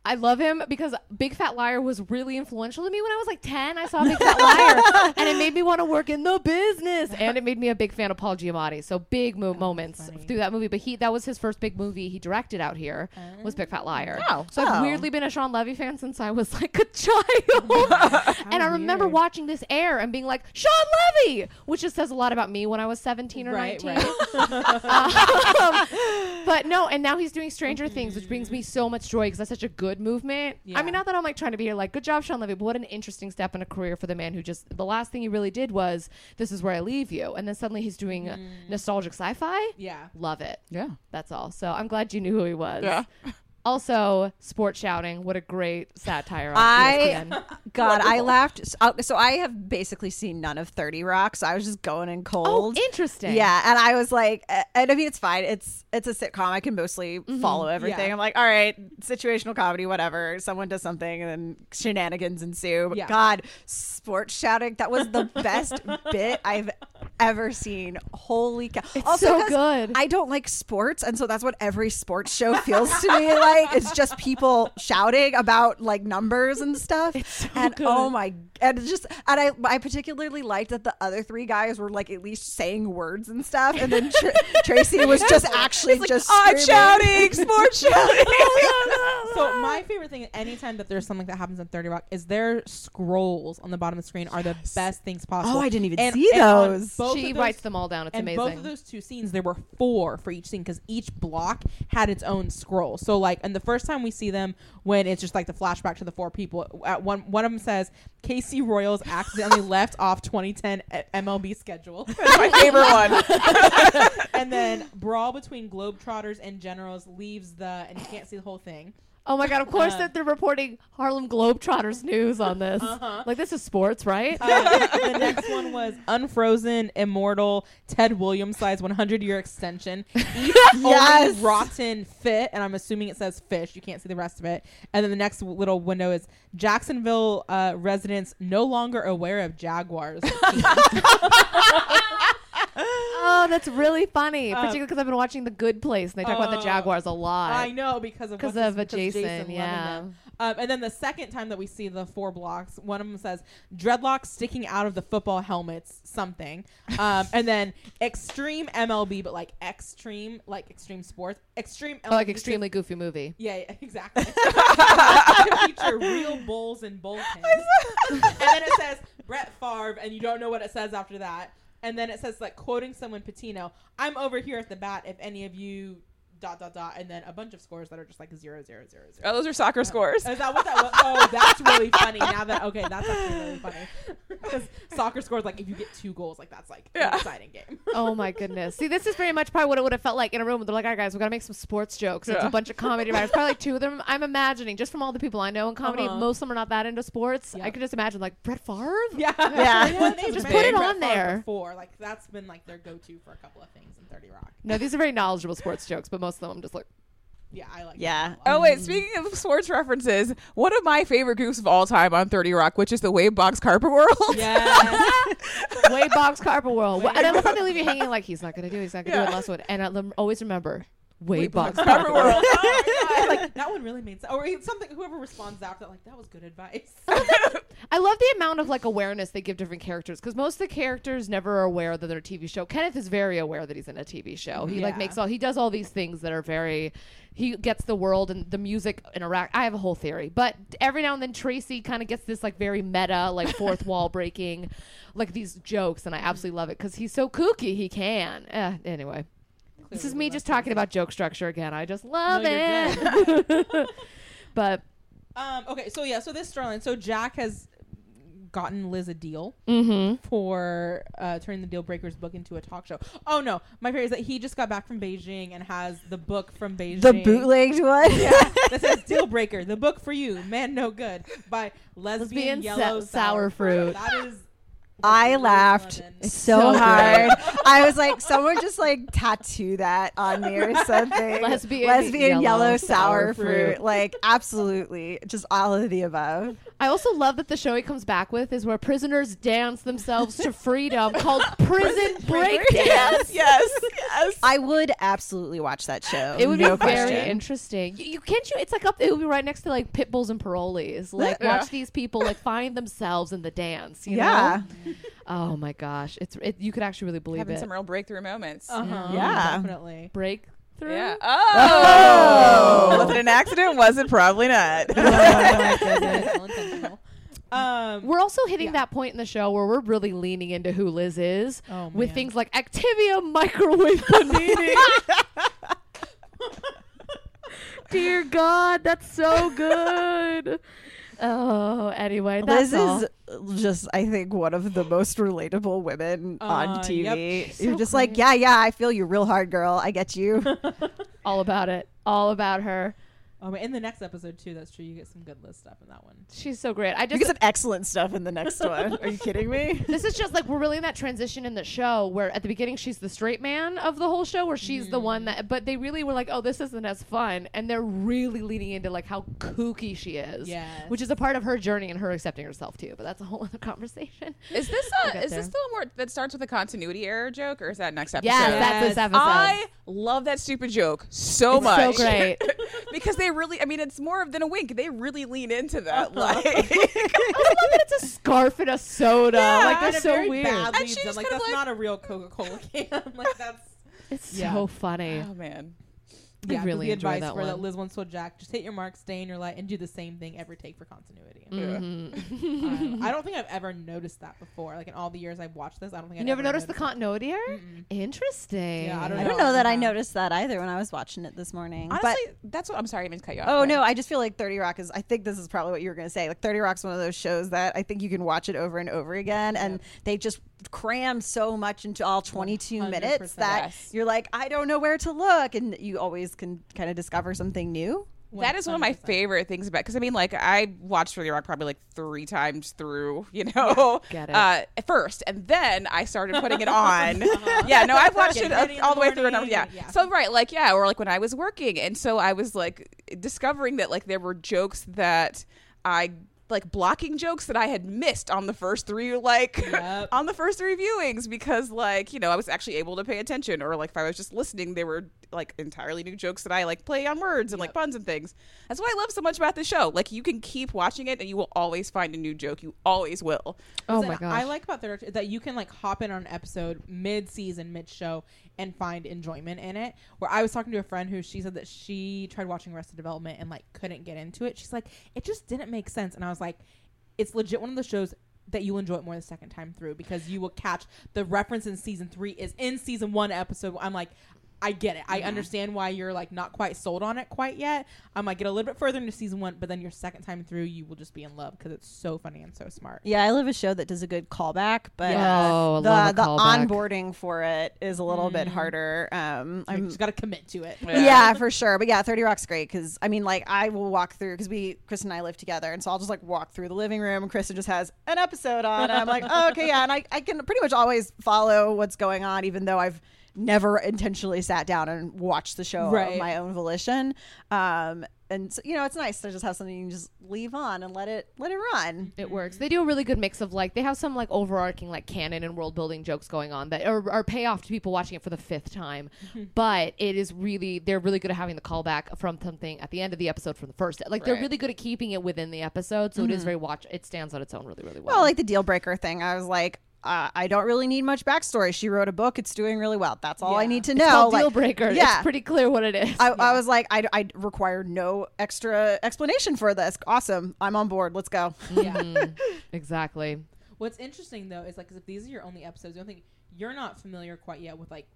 I love him because Big Fat Liar was really influential to me when I was like 10. I saw Big Fat Liar and it made me want to work in the business and it made me a big fan of Paul Giamatti. So big mo- moments
funny.
through that movie, but he that was his first big movie he directed out here was Big Fat Liar.
Oh.
so
Oh.
I've weirdly been a Sean Levy fan since I was like a child. and I remember
weird.
watching this air and being like, "Sean Levy," which just says a lot about me when I was 17 or
Right,
19. Um, but no, and now he's doing Stranger Things, which brings me so much joy because that's such a good movement. I
Mm-hmm. Yeah.
mean, not that I'm like trying to be here, like, good job, Sean Levy, but what an interesting step in a career for the man who just, the last thing he really did was, this is where I leave you. And then suddenly he's doing uh nostalgic sci fi.
Mm. Yeah.
Love it.
Yeah.
That's all. So I'm glad you knew who he was.
Yeah.
Also, sports shouting. What a great satire. On E
I
ESPN.
God, I laughed. s- out- So I have basically seen none of Thirty Rock. So I was just going in
Oh,
cold.
interesting.
Yeah, and I was like, uh, and I mean, it's fine. It's it's a sitcom. I can mostly follow everything.
Yeah.
I'm like, all right, situational comedy, whatever. Someone does something, and then shenanigans ensue. But
Yeah.
God, sports shouting. That was the best bit I've ever seen. Holy cow! It's
so good.
I don't like sports, and so that's what every sports show feels to me like. It's just people shouting about like numbers and stuff. and oh my, and it's just and I I particularly liked that the other three guys were like at least saying words and stuff, and then Tr- Tracy was just actually just
Ah,
screaming.
shouting, sports shouting.
So my favorite thing, anytime that there's something that happens on Thirty Rock, is their scrolls on the bottom of the screen are the best things possible.
Oh, I didn't even
And-
see
and on
those.
both
She
of
writes them all down. It's
and
amazing.
both of those two scenes, there were four for each scene because each block had its own scroll. So like, and the first time we see them, when it's just like the flashback to the four people, uh, at one one of them says, "Casey Royals accidentally left off uh, 2010 MLB schedule."
my favorite one.
and then brawl between Globetrotters and Generals leaves the, and you can't see the whole thing.
Oh my god! Of
Uh-huh.
course that they're reporting Harlem Globetrotters news on this. Like this is sports, right?
Uh-huh. Uh, the next one was Unfrozen, Immortal, Ted Williams size 100 year extension. Eat
Yes.
only rotten fit, and I'm assuming it says fish. You can't see the rest of it. And then the next w- little window is Jacksonville uh, residents no longer aware of jaguars.
oh, that's really funny, particularly because I've been watching The Good Place and they talk about the
uh,
Jaguars a lot.
I know because of
'Cause
what's-
of Jason,
loving
yeah.
them. Um, and then the second time that we see the four blocks, one of them says dreadlocks sticking out of the football helmets, something. Um, and then extreme MLB, but like extreme, like extreme sports, extreme MLB
Oh, like extremely goofy movie.
Yeah, yeah, exactly. to feature real bulls and bullpens. and then it says Brett Favre, and you don't know what it says after that. And then it says like quoting someone Patino. I'm over here at the bat. If any of you dot dot dot, and then a bunch of scores that are just like zero zero zero zero.
Oh, those are soccer scores.
Is that what that was? Oh, that's really funny. Now that okay, that's actually really funny because soccer scores like if you get two goals, like that's like an
Yeah.
exciting game.
Oh my goodness! See, this is very much probably what it would have felt like in a room. They're like, "All right, guys, we gotta make some sports jokes." It's
Yeah.
a bunch of comedy writers. Probably like two of them. I'm imagining just from all the people I know in comedy,
Uh-huh.
most of them are not that into sports. I
Yep.
could just imagine like Brett Favre.
Yeah,
Yeah.
they've
Just
made
put it
Brett
on
Favre
there.
Before, like that's been like their go-to for a couple of things in Thirty Rock.
No, these are very knowledgeable sports jokes, but most of them I'm just like,
Yeah, I like.
Yeah.
That a lot.
Oh wait, speaking of sports references, one of my favorite goofs of all time on 30 Rock, which is the Wave Box Carpet World.
Yes.
Way box carpet world. and I love how they leave you hanging like he's not gonna do it, he's not gonna do it last one. And I lem- always remember way, box carpet
Carpet
world.
World.
Yeah, like that one really made sense. Or it's something whoever responds after that, like that was good advice.
I love the amount of like awareness they give different characters because most of the characters never are aware that they're a TV show. Kenneth is very aware that he's in a TV show. He like
Yeah.
makes all he does all these things that are very he gets the world and the music interact. I have a whole theory, but every now and then Tracy kind of gets this like very meta, like fourth wall breaking, like these jokes, and I absolutely love it because he's so kooky. He can. Eh, anyway. This is me just talking about joke structure again. I just love
No, you're
it. but
um, okay, so yeah, so this storyline. So Jack has gotten Liz a deal
mhm.
for uh, turning the Deal Breakers book into a talk show. Oh no, my favorite is that he just got back from Beijing and has the book from Beijing.
the bootlegged one.
Yeah, that says Deal Breaker, the book for you, man no good by lesbian,
Lesbian
yellow
Sa- Sour Fruit.
That is
I laughed
Eleven.
so,
so good.
hard. I was like, someone just like tattoo that on me or something.
Lesbian
lesbian yellow,
yellow
sour
sour
fruit.
fruit.
Like, absolutely, just all of the above.
I also love that the show he comes back with is where prisoners dance themselves to freedom called prison breakdance.
yes, yes, yes.
I would absolutely watch that show.
It would
no
be very
question.
interesting. You, you can't you? It's like up. It would be right next to like pit bulls and parolees. Like watch these people like find themselves in the dance. You
Yeah.
Know? Oh my gosh, it's it, you could actually really believe
Having
it.
some real breakthrough moments.
Uh-huh.
Yeah.
Definitely.
Breakthrough.
yeah.
Oh.
Oh. was it an accident? Was it probably not?
Um,
We're also hitting that point in the show where we're really leaning into who Liz is
Oh,
with
man.
things like Activia microwave panini. Dear God, that's so good. Oh, anyway, that's
Liz
all.
is just, I think, one of the most relatable women on
Uh,
TV.
yep.
You're just like, yeah, yeah, I feel you real hard, girl. I get you.
all about it, all about her.
oh, but in the next episode too, that's true. You get some good list stuff in that one.
She's so great. I
you
just
get some excellent stuff in the next one. Are you kidding me?
this is just like we're really in that transition in the show where at the beginning she's the straight man of the whole show where she's the one that but they really were like oh this isn't as fun and they're really leaning into like how kooky she is
Yes.
which is a part of her journey and her accepting herself too but that's a whole other conversation
Is this
We'll
a,
get
is this
there.
the one where that starts with a continuity error joke, or is that next episode?
yes, that's this
Yes.
episode
I love that stupid joke so
It's so
much.
great.
because they really, I mean, it's more than a wink. They really lean into that. Like,
I love that it's a scarf and a soda like
And
that's
a
so
very
weird
Badly
And she
done.
just
Like
kind
that's
of like-
not a real Coca-Cola can. like that's
it's
Yeah.
so funny
oh man.
I
yeah.
really
the
enjoy
advice
that
for that
one.
Liz once told Jack: just hit your mark, stay in your light, and do the same thing every take for continuity.
Mhm.
Um, I don't think I've ever noticed that before. Like in all the years I've watched this, I don't think
you
I've
never
ever
noticed the
noticed
continuity error interesting
Yeah, I don't
I
know.
don't know that I
Uh-huh.
noticed that either when I was watching it this morning.
Honestly,
but
that's what I'm sorry. I meant to cut you off.
oh
but-
no, I just feel like 30 Rock is I think this is probably what you were going to say. Like 30 Rock's one of those shows that I think you can watch it over and over again and they just cram so much into all 22 minutes
100%.
that
Yes.
you're like I don't know where to look and you always can kind of discover something new.
That is one of my
100%.
favorite things about because I mean, like I watched Thirty Rock probably like three times through, you know,
Get it.
Uh, at first, and then I started putting it on. Yeah, no, I've watched
Getting
it
ready in
all
the
the way through, and I'm,
morning,
yeah.
yeah.
So right, like yeah, or like when I was working, and so I was like discovering that like there were jokes that I like blocking jokes that I had missed on the first three like
Yep.
on the first three viewings because like you know I was actually able to pay attention or like if I was just listening there were like entirely new jokes that I like play on words and like puns and things that's what I love so much about the show like you can keep watching it and you will always find a new joke you always will
oh
So
my gosh
I like about the director that you can like hop in on an episode mid season, mid show, and find enjoyment in it. Where I was talking to a friend who she said that she tried watching Arrested Development and like couldn't get into it. She's like, it just didn't make sense. And I was like, it's legit one of those shows that you'll enjoy it more the second time through because you will catch the reference in season three is in season one episode. I'm like. I get it. I understand why you're like not quite sold on it quite yet. I might get a little bit further into season one, but then your second time through, you will just be in love because it's so funny and so smart.
Yeah, I love a show that does a good callback, but
Yeah.
uh,
Oh, I
the
love a
the
callback.
onboarding for it is a little bit harder. Um,
i
I'm
just got to commit to it.
Yeah. for sure. But yeah, 30 Rock's great because I mean, like, I will walk through because we, Chris and I live together. And so I'll just like walk through the living room and Kristen just has an episode on. And I'm like, oh, okay, yeah. And I, I can pretty much always follow what's going on, even though I've never intentionally sat down and watched the show of
Right.
my own volition. Um, and so, you know, it's nice to just have something you can just leave on and let it let it run.
It works. They do a really good mix of like they have some like overarching like canon and world building jokes going on that are, are payoff to people watching it for the fifth time,
Mm-hmm.
but it is really they're really good at having the callback from something at the end of the episode from the first. Like they're
Right.
really good at keeping it within the episode, so it
Mm-hmm.
is very watch. It stands on its own really really well.
Well, like the deal breaker thing, I was like, uh, I don't really need much backstory. She wrote a book; it's doing really well. That's all I
Yeah.
need to
It's
know.
called
Like,
deal breaker.
Yeah,
It's pretty clear what it is.
I, I was like, I, I require no extra explanation for this. Awesome. I'm on board. Let's go.
Yeah.
Mm.
exactly.
What's interesting though is like 'cause if these are your only episodes, the only thing you're not familiar quite yet with like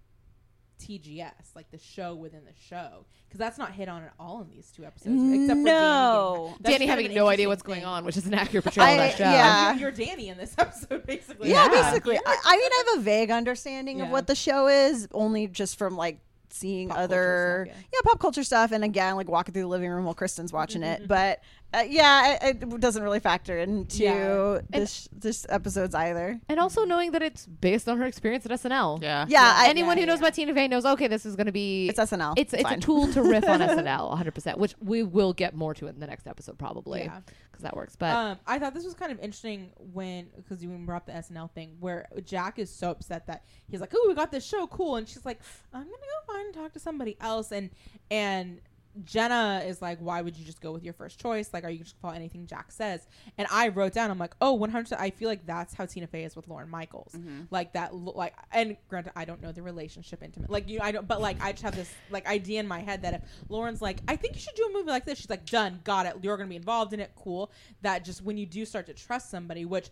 TGS, like the show within the show, because that's not hit on at all in these two episodes, except for Danny.
No.
getting-
Danny
that's kind of
having
an
no idea
interesting
what's going
thing.
on, which is an accurate portrayal of
I-
that show.
yeah.
You're, you're Danny in this episode, basically.
Yeah,
Yeah.
basically. I, I mean, I have a vague understanding of
Yeah.
what the show is, only just from like seeing
Pop culture
other
stuff,
yeah. pop culture stuff and again like walking through the living room while kristen's watching it but uh, yeah, it, it doesn't really factor into
Yeah.
this this episodes either.
And also knowing that it's based on her experience at SNL.
Yeah.
Yeah, I,
Anyone who knows about Tina Fey knows, okay, this is going to be.
It's SNL.
It's, it's a
Fine.
tool to riff on SNL 100%, which we will get more to in the next episode probably
Yeah.
because that works. But
um, I thought this was kind of interesting when because you brought up the SNL thing where Jack is so upset that he's like, "Oh, we got this show, cool," and she's like, "I'm gonna go find and talk to somebody else," and and Jenna is like, "Why would you just go with your first choice? Like, are you just gonna follow anything Jack says?" And I wrote down, "I'm like, oh, 100." I feel like that's how Tina Fey is with Lauren Michaels, like that, lo- like. And granted, I don't know the relationship intimate, like you, know, I don't, but like I just have this like idea in my head that if Lauren's like, I think you should do a movie like this, she's like, done, got it, you're gonna be involved in it, cool. That just when you do start to trust somebody, which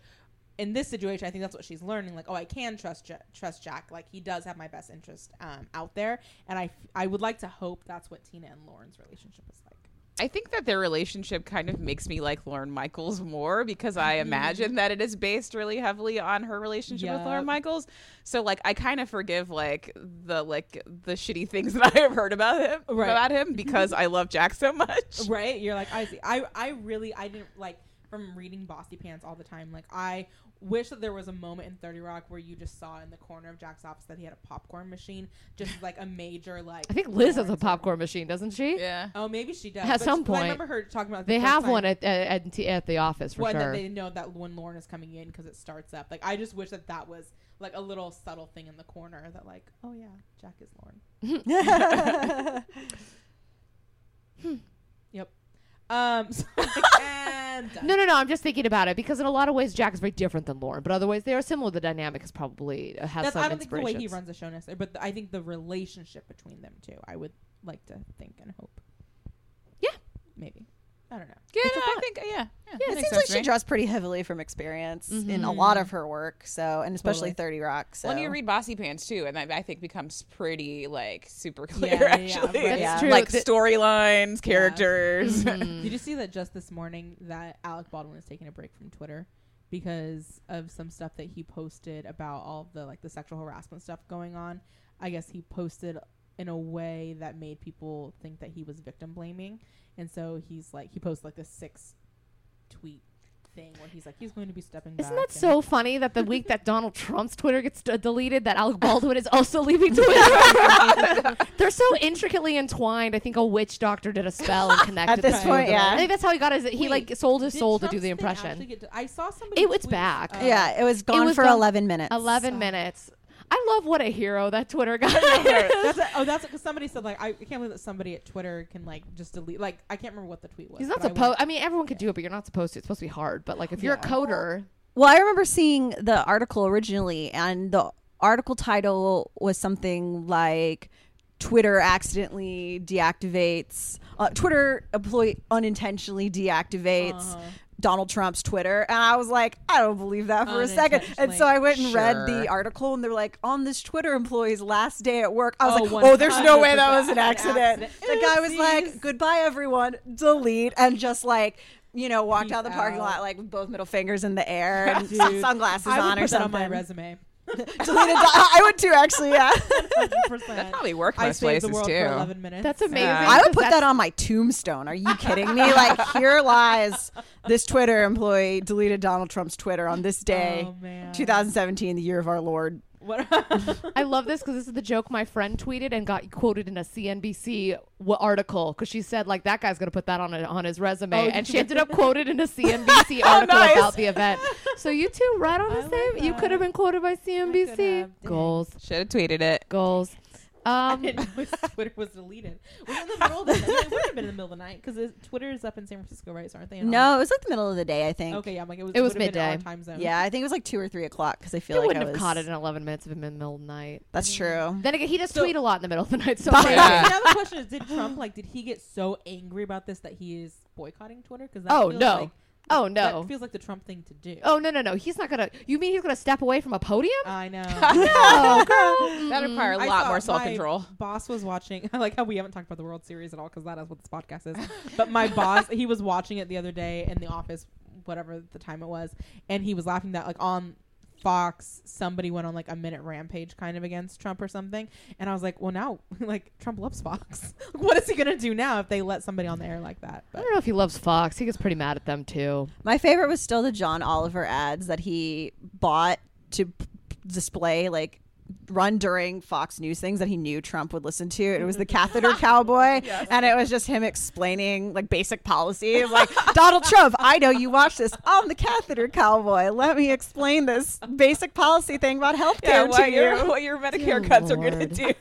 in this situation, I think that's what she's learning. Like, oh, I can trust Ja- trust Jack. Like, he does have my best interest um, out there, and I f- I would like to hope that's what Tina and Lauren's relationship is like.
I think that their relationship kind of makes me like Lauren Michaels more because I
Mm-hmm.
imagine that it is based really heavily on her relationship with Lauren
Yep.
Michaels. So like I kind of forgive like the like the shitty things that I have heard about him
Right. Mm-hmm.
about him because I love Jack so much.
right you're like i see i i really i didn't like from reading bossy pants all the time like i wish that there was a moment in 30 rock where you just saw in the corner of jack's office that he had a popcorn machine just like a major like
I think Liz has a
corns-
popcorn machine, doesn't she?
Yeah.
oh maybe she does
At
but
some
she- 'cause i
point.
remember her talking about the
They
first
have
time-
one at, at, at, at the office for
one
sure.
that they know that when lauren is coming in because it starts up like i just wish that that was like a little subtle thing in the corner that like oh yeah jack is lauren yep um so, and done.
No, no, no. I'm just thinking about it because in a lot of ways, Jack is very different than Lauren, but other ways they are similar. The dynamic is probably uh, has
That's,
some
I don't think the way he
inspirations.
runs the show necessarily, but I think the relationship between them two, I would like to think and hope.
Yeah.
maybe. I don't know.
Yeah, no, I think uh, yeah. Yeah, that
it
makes
seems like
sense to
she
me.
draws pretty heavily from experience in a lot of her work. So, and especially Thirty Rock. So,
Well, and you read Bossy Pants too, and that I think becomes pretty like super clear
yeah, yeah,
actually.
right.
That's true.
Like
Th-
storylines, characters.
Mm.
Did you see that just this morning that Alec Baldwin is taking a break from Twitter because of some stuff that he posted about all the like the sexual harassment stuff going on? I guess he posted in a way that made people think that he was victim blaming, and so he's like he posts like this six tweet thing where he's like he's going to be stepping back.
Isn't that
and-
so funny that the week that Donald Trump's Twitter gets d- deleted, that Alec Baldwin is also leaving Twitter? They're so intricately entwined. I think a witch doctor did a spell and connected
At this
the two
point,
of them.
yeah.
I think that's how he got his. He like sold his
Did
soul to do
Trump's
the
thing
impression.
actually get de- I saw somebody.
It- it's
tweet,
back.
uh,
yeah, it was gone
was
for
gone-
eleven minutes.
Eleven minutes. I love what a hero that Twitter guy.
that's a, oh, that's because somebody said like I can't believe that somebody at Twitter can like just delete like I can't remember what the tweet was.
He's not
but I
supposed.
went-
I mean, everyone could do it, but you're not supposed to. It's supposed to be hard. But like, if you're a coder,
Well, I remember seeing the article originally, and the article title was something like Twitter accidentally deactivates, uh, Twitter employee unintentionally deactivates. Donald Trump's Twitter, and I was like, I don't believe that for a second. And so I went and read the
Sure.
article, and they're like, on this Twitter employee's last day at work. I was
Oh,
like, oh, there's no way that was an
100% an
accident.
accident.
The guy was like,
Oopsies.
goodbye, everyone, delete, and just like, you know, walked
Peace
out the parking
out.
lot like with both middle fingers in the air and
Dude,
sun- sunglasses
I would
on
put
or
that
something.
on my resume.
Deleted do- I would too, actually. Yeah,
100%.
That's probably work
I
most
saved
places
the world
too.
for 11 minutes.
that's amazing.
Yeah.
I would put
'cause that's-
that on my tombstone. Are you kidding me? Like, here lies this Twitter employee deleted Donald Trump's Twitter on this day,
Oh, man.
2017, the year of our Lord.
What-
I love this because this is the joke my friend tweeted and got quoted in a CNBC w- article because she said like that guy's gonna put that on a, on his resume
Oh,
and she ended up quoted in a CNBC article
nice.
about the event. So you two right on the
like
same. you
that.
could have been quoted by CNBC.
have, dang.
Goals,
Should have tweeted it.
goals. Um,
I didn't know his Twitter was deleted. It was in the middle of the night. It would have been in the middle of the night because Twitter is up in San Francisco, right? So aren't they? in
No, it was like the middle of the day, I think.
our- Oh. Okay. Yeah. I'm like it was.
It was
would've been our
midday.
time zone.
Yeah, I think it was like two or three o'clock because I feel
you
like I
wouldn't
was.
have caught it in 11 minutes of a middle of the night.
That's true.
Then again, he does
So-
tweet a lot in the middle of the night. So
Yeah.
So now the question is, did Trump like? Did he get so angry about this that he is boycotting Twitter? Because
Oh, no. Oh, no.
that feels like the Trump thing to do.
Oh no no no! He's not gonna. You mean he's gonna step away from a podium?
I know.
No, girl.
That require a
I
lot
saw
more
my
self control.
Boss was watching. I like how we haven't talked about the World Series at all because that is what this podcast is. But my boss, he was watching it the other day in the office, whatever the time it was, and he was laughing that like on Fox, somebody went on like a minute rampage kind of against Trump or something. And I was like, well, now like Trump loves Fox. what is he gonna do now if they let somebody on the air like that?
I
But
don't know if he loves Fox. He gets pretty mad at them too.
My favorite was still the John Oliver ads that he bought to p- display like run during Fox News things that he knew Trump would listen to. It was the catheter cowboy and it was just him explaining like basic policy of like Donald Trump, I know you watch this. I'm the catheter cowboy. Let me explain this basic policy thing about healthcare
yeah,
to
what
you.
your what your Medicare
Dear
cuts are gonna
Lord.
do.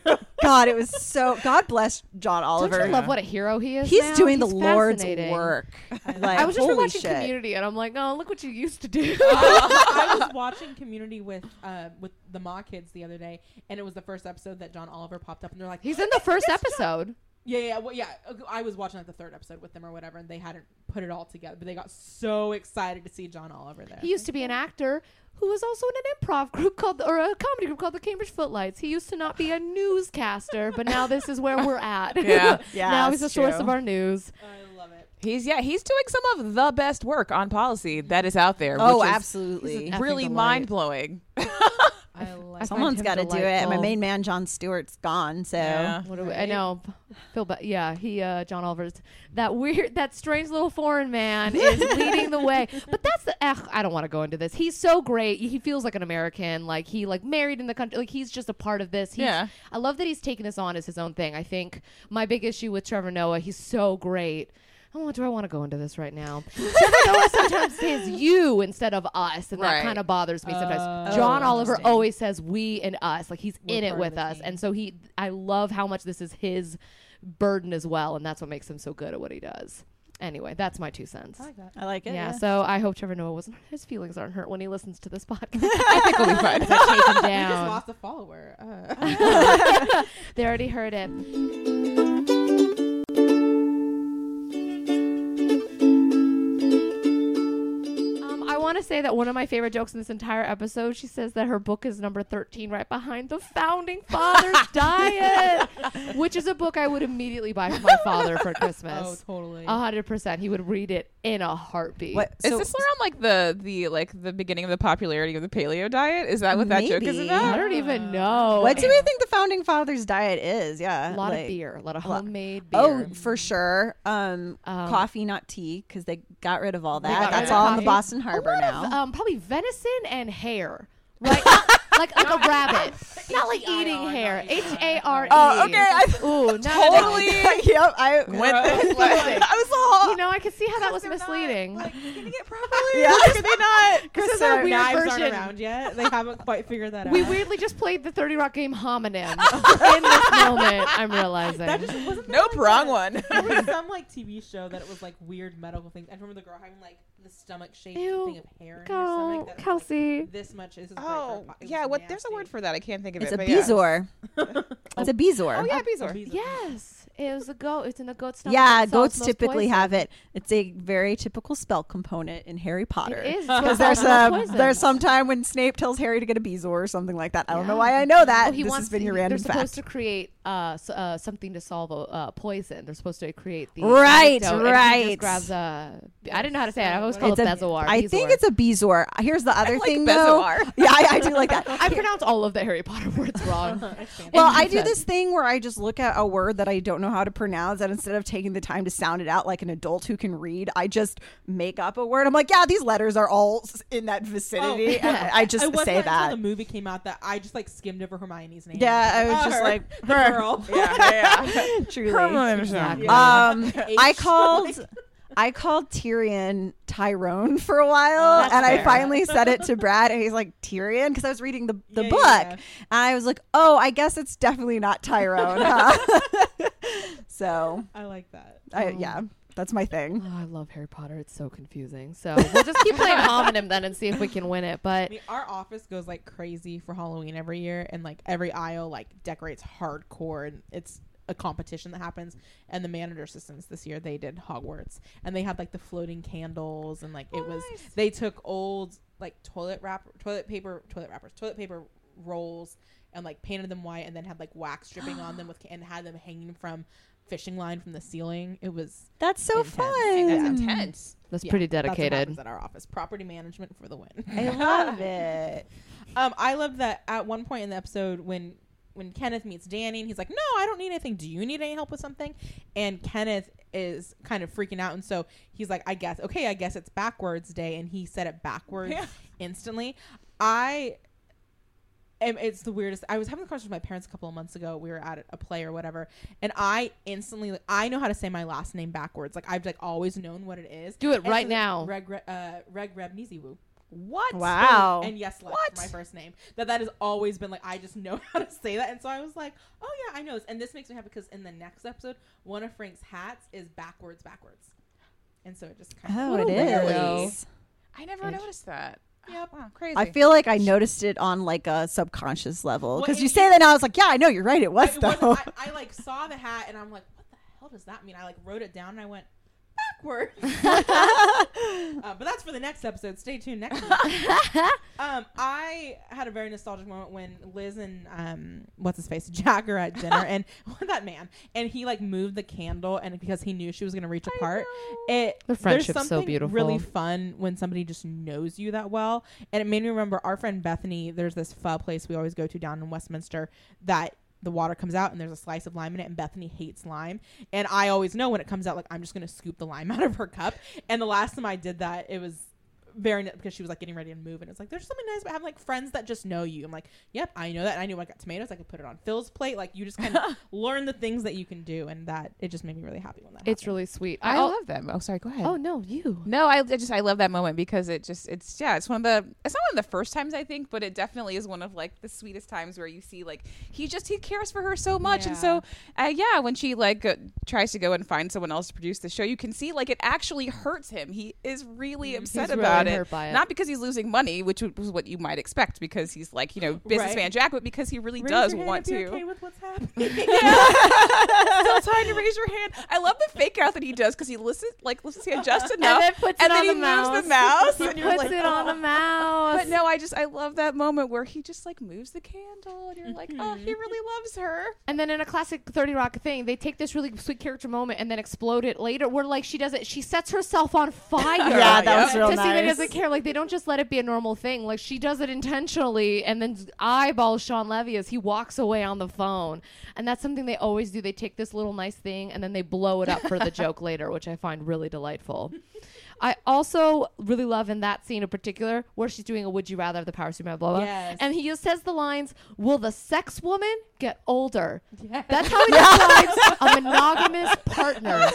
God, it was so God bless John
Don't
Oliver.
you love what a hero he is?
He's
now?
doing
He's
the Lord's
fascinating.
work. Like,
I was just
holy
watching
shit. Uh,
Community, and I'm like, oh, look what you used to do.
I was watching Community with uh with the Ma kids the other day, and it was the first episode that John Oliver popped up, and they're like,
He's in the first episode.
Yeah, yeah, well, yeah. uh, I was watching like the third episode with them or whatever, and they hadn't put it all together, but they got so excited to see John Oliver there.
He used to be an actor who was also in an improv group called, or a comedy group called the Cambridge Footlights. He used to not be a newscaster, but now this is where we're at.
Yeah.
Yeah,
now he's the
it's
source
true.
of our news.
I love it.
He's yeah, he's doing some of the best work on policy that is out there.
Oh,
which is
absolutely.
effing
Really
delight.
mind blowing.
I like
Someone's got to do it. My main man, John Stewart's gone. So
Yeah.
What do we, I know, Phil. But yeah, he, uh, John Oliver's that weird, that strange little foreign man is leading the way. But that's the. Ugh, I don't want to go into this. He's so great. He feels like an American. Like he like married in the country. Like he's just a part of this. He's,
Yeah.
I love that he's taking this on as his own thing. I think my big issue with Trevor Noah, he's so great. Oh, do I want to go into this right now? Trevor Noah sometimes says you instead of us, and
Right.
that kind of bothers me sometimes.
Oh,
John Oliver
interesting.
always says we and us, like he's
We're
in it
part of
with
the
us,
team.
and and so he, I love how much this is his burden as well, and that's what makes him so good at what he does. Anyway, that's my two cents.
I like it.
yeah,
yeah.
so I hope Trevor Noah wasn't his feelings aren't hurt when he listens to this podcast. I think we'll be fine. I take him
He just
down.
lost a follower. Uh,
They already heard it. Um, I want to say that one of my favorite jokes in this entire episode, she says that her book is number 13, right behind The Founding Fathers Diet, which is a book I would immediately buy for my father for
oh,
Christmas.
totally.
A hundred percent. He would read it in a heartbeat.
What,
Is
so
this around like the the like the beginning of the popularity of the paleo diet? Is that what that joke is
Maybe.
about?
I don't
Uh,
even know.
what do we think the founding fathers' diet is? Yeah,
a lot
like-
of beer, a lot of
a lot-
homemade beer.
Oh, for sure. Um,
Um,
coffee, not tea, because they got rid of all
got
that.
rid
That's
of
all in the
coffee.
Boston
a
Harbor
lot
now.
of um, probably venison and hare, right? like like a rabbit, not
E
like eating hair. H A R E.
Oh, okay. I
Ooh,
totally
yep, I
went this way. I was all.
You know, I could see how that was misleading.
Yeah,
Are they not?
Chris
is our
said-
weird
Knives
version.
aren't around yet. They haven't quite figured that
we
out.
weirdly just played the Thirty Rock game homonym in this moment. I'm realizing.
that just wasn't there
Nope,
like
wrong
a-
one. Oh,
There was some like TV show that it was like weird medical things. I remember the girl having like the stomach shaped
Ew.
thing of hair in her
Go,
stomach. that was, like,
Kelsey.
this much. This is great for a
Oh,
po- it was
yeah. What? There's a
nasty.
word for that. I can't think of
It's
it.
a
but yeah.
bezoar. It's a bezoar.
Oh yeah, bezoar.
Bees are-
Yes, it was a goat. It's in a goat stomach.
Yeah,
It's all
goats
smells
typically
poison.
have it. It's a very typical spell component in Harry Potter.
It is
Because there's a there's some time when Snape tells Harry to get a bezoar or something like that. I don't know
Yeah.
why I know that.
Well, he
this
wants
has been
to-
your
They're
random fact.
supposed to create uh, s- uh, something to solve a uh, poison. They're supposed to create the
Right,
antidote, And he
right.
just grabs a. I didn't know how to say it. I always call
It's
it
a-
bezoar.
I think
bezoar.
it's a bezoar. Here's the other
like
thing though.
bezoar.
Yeah, I, I do like that.
I pronounce all of the Harry Potter words wrong.
Well,
In
I do
defense.
this thing where I just look at a word that I don't know how to pronounce, and instead of taking the time to sound it out like an adult who can read, I just make up a word. I'm like, yeah, these letters are all s- in
Oh,
that vicinity, and I just
it wasn't
say
until
that.
the movie came out that I just like skimmed over Hermione's name.
Yeah, I was
Oh,
just
her.
like,
the
her.
girl.
Yeah, yeah.
Truly.
Exactly.
Um, I
H.
called. I called Tyrion Tyrone for a while,
That's
and I
fair.
finally said it to Brad, and he's like Tyrion because I was reading the, the
Yeah, yeah,
book,
yeah.
and I was like, oh, I guess it's definitely not Tyrone. Huh? so,
I like that.
I, yeah, that's my thing.
Oh, I love Harry Potter. It's so confusing. So we'll just keep playing homonym then and see if we can win it. But
I mean, our office goes like crazy for Halloween every year, and like every aisle like decorates hardcore, and it's a competition that happens. And the manager assistants this year they did Hogwarts, and they had like the floating candles, and like it
Oh,
was they took old like toilet wrap, toilet paper, toilet wrappers, toilet paper rolls, and like painted them white and then had like wax dripping on them with and had them hanging from fishing line from the ceiling. It was
That's so
Intense.
fun.
That's intense.
That's
yeah,
pretty
that's what happens
dedicated.
at our office. Property management for the win.
I love it.
Um, I love that at one point in the episode when when Kenneth meets Danny and he's like, "No, I don't need anything. Do you need any help with something?" And Kenneth is kind of freaking out, and so he's like, "I guess okay, I guess it's backwards day," and he said it backwards
Yeah.
instantly. I am. It's the weirdest. I was having a conversation with my parents a couple of months ago. We were at a play or whatever, and I instantly like, I know how to say my last name backwards. Like I've like always known what it is.
Do it
And
right
so-
now.
Reg, Re- uh, Reg Reb Niziwu
What?
Wow.
and yes, left for my first name. That that has always been like I just know how to say that, and so I was like, oh yeah, I know. this. And this makes me happy because in the next episode, one of Frank's hats is backwards, backwards, and so it just kind of
Oh, it
weirdo.
is.
I never noticed that. Yep. Wow, crazy.
I feel like I noticed it on like a subconscious level
Well,
because
it-
you say that now. I was like, yeah, I know you're right. It was
it
though.
wasn't- I, I like saw the hat, and I'm like, what the hell does that mean? I like wrote it down, and I went backwards. Uh, but that's for the next episode. Stay tuned next week. um, I had a very nostalgic moment when Liz and um, what's his face Jack are at dinner, and that man, and he like moved the candle, and because he knew she was gonna reach apart, it
The
there's
friendship's so
something
beautiful.
Really fun when somebody just knows you that well, and it made me remember our friend Bethany. There's this pho place we always go to down in Westminster that. The water comes out and there's a slice of lime in it, and Bethany hates lime. And I always know when it comes out, like I'm just gonna scoop the lime out of her cup. And the last time I did that, it was very n- because she was like getting ready to move and it's like there's something nice about having like friends that just know you i'm like yep i know that i knew when i got tomatoes i could put it on phil's plate like you just kind of learn the things that you can do and that it just made me really happy when that
It's
happened.
really sweet.
I
I
love them. Oh, sorry. Go ahead.
Oh no, you.
No, I, I just I love that moment because it just it's yeah it's one of the it's not one of the first times I think but it definitely is one of like the sweetest times where you see like he just he cares for her so much and so uh, yeah when she like uh, tries to go and find someone else to produce the show you can see like it actually hurts him he is really
Mm,
upset
really
about it.
hurt by it.
not because he's losing money which was what you might expect because he's like you know businessman Jack but because he really
Raise
does
your hand
want
if you're
to
okay with what's happening
still trying to raise your hand I love the fake out that he does because he listens like listens to him just enough
then puts it on
he
the
moves
mouse.
the mouse and you're
Puts
like,
it
"Oh."
on a mouse.
but no, I just I love that moment where he just like moves the candle and you're like, oh, he
Mm-hmm.
really loves her.
And then in a classic 30 Rock thing, they take this really sweet character moment and then explode it later where like she does it, she sets herself on fire.
Yeah, that was real
To see that he
nice.
doesn't care. Like they don't just let it be a normal thing. Like she does it intentionally and then eyeballs Sean Levy as he walks away on the phone. And that's something they always do. They take this little nice thing and then they blow it up for the joke later, which I find really delightful. I also really love in that scene in particular where she's doing a would you rather of the power suit blah blah blah.
Yes.
And he just says the lines, Will the sex woman get older? That's how he describes a monogamous partner.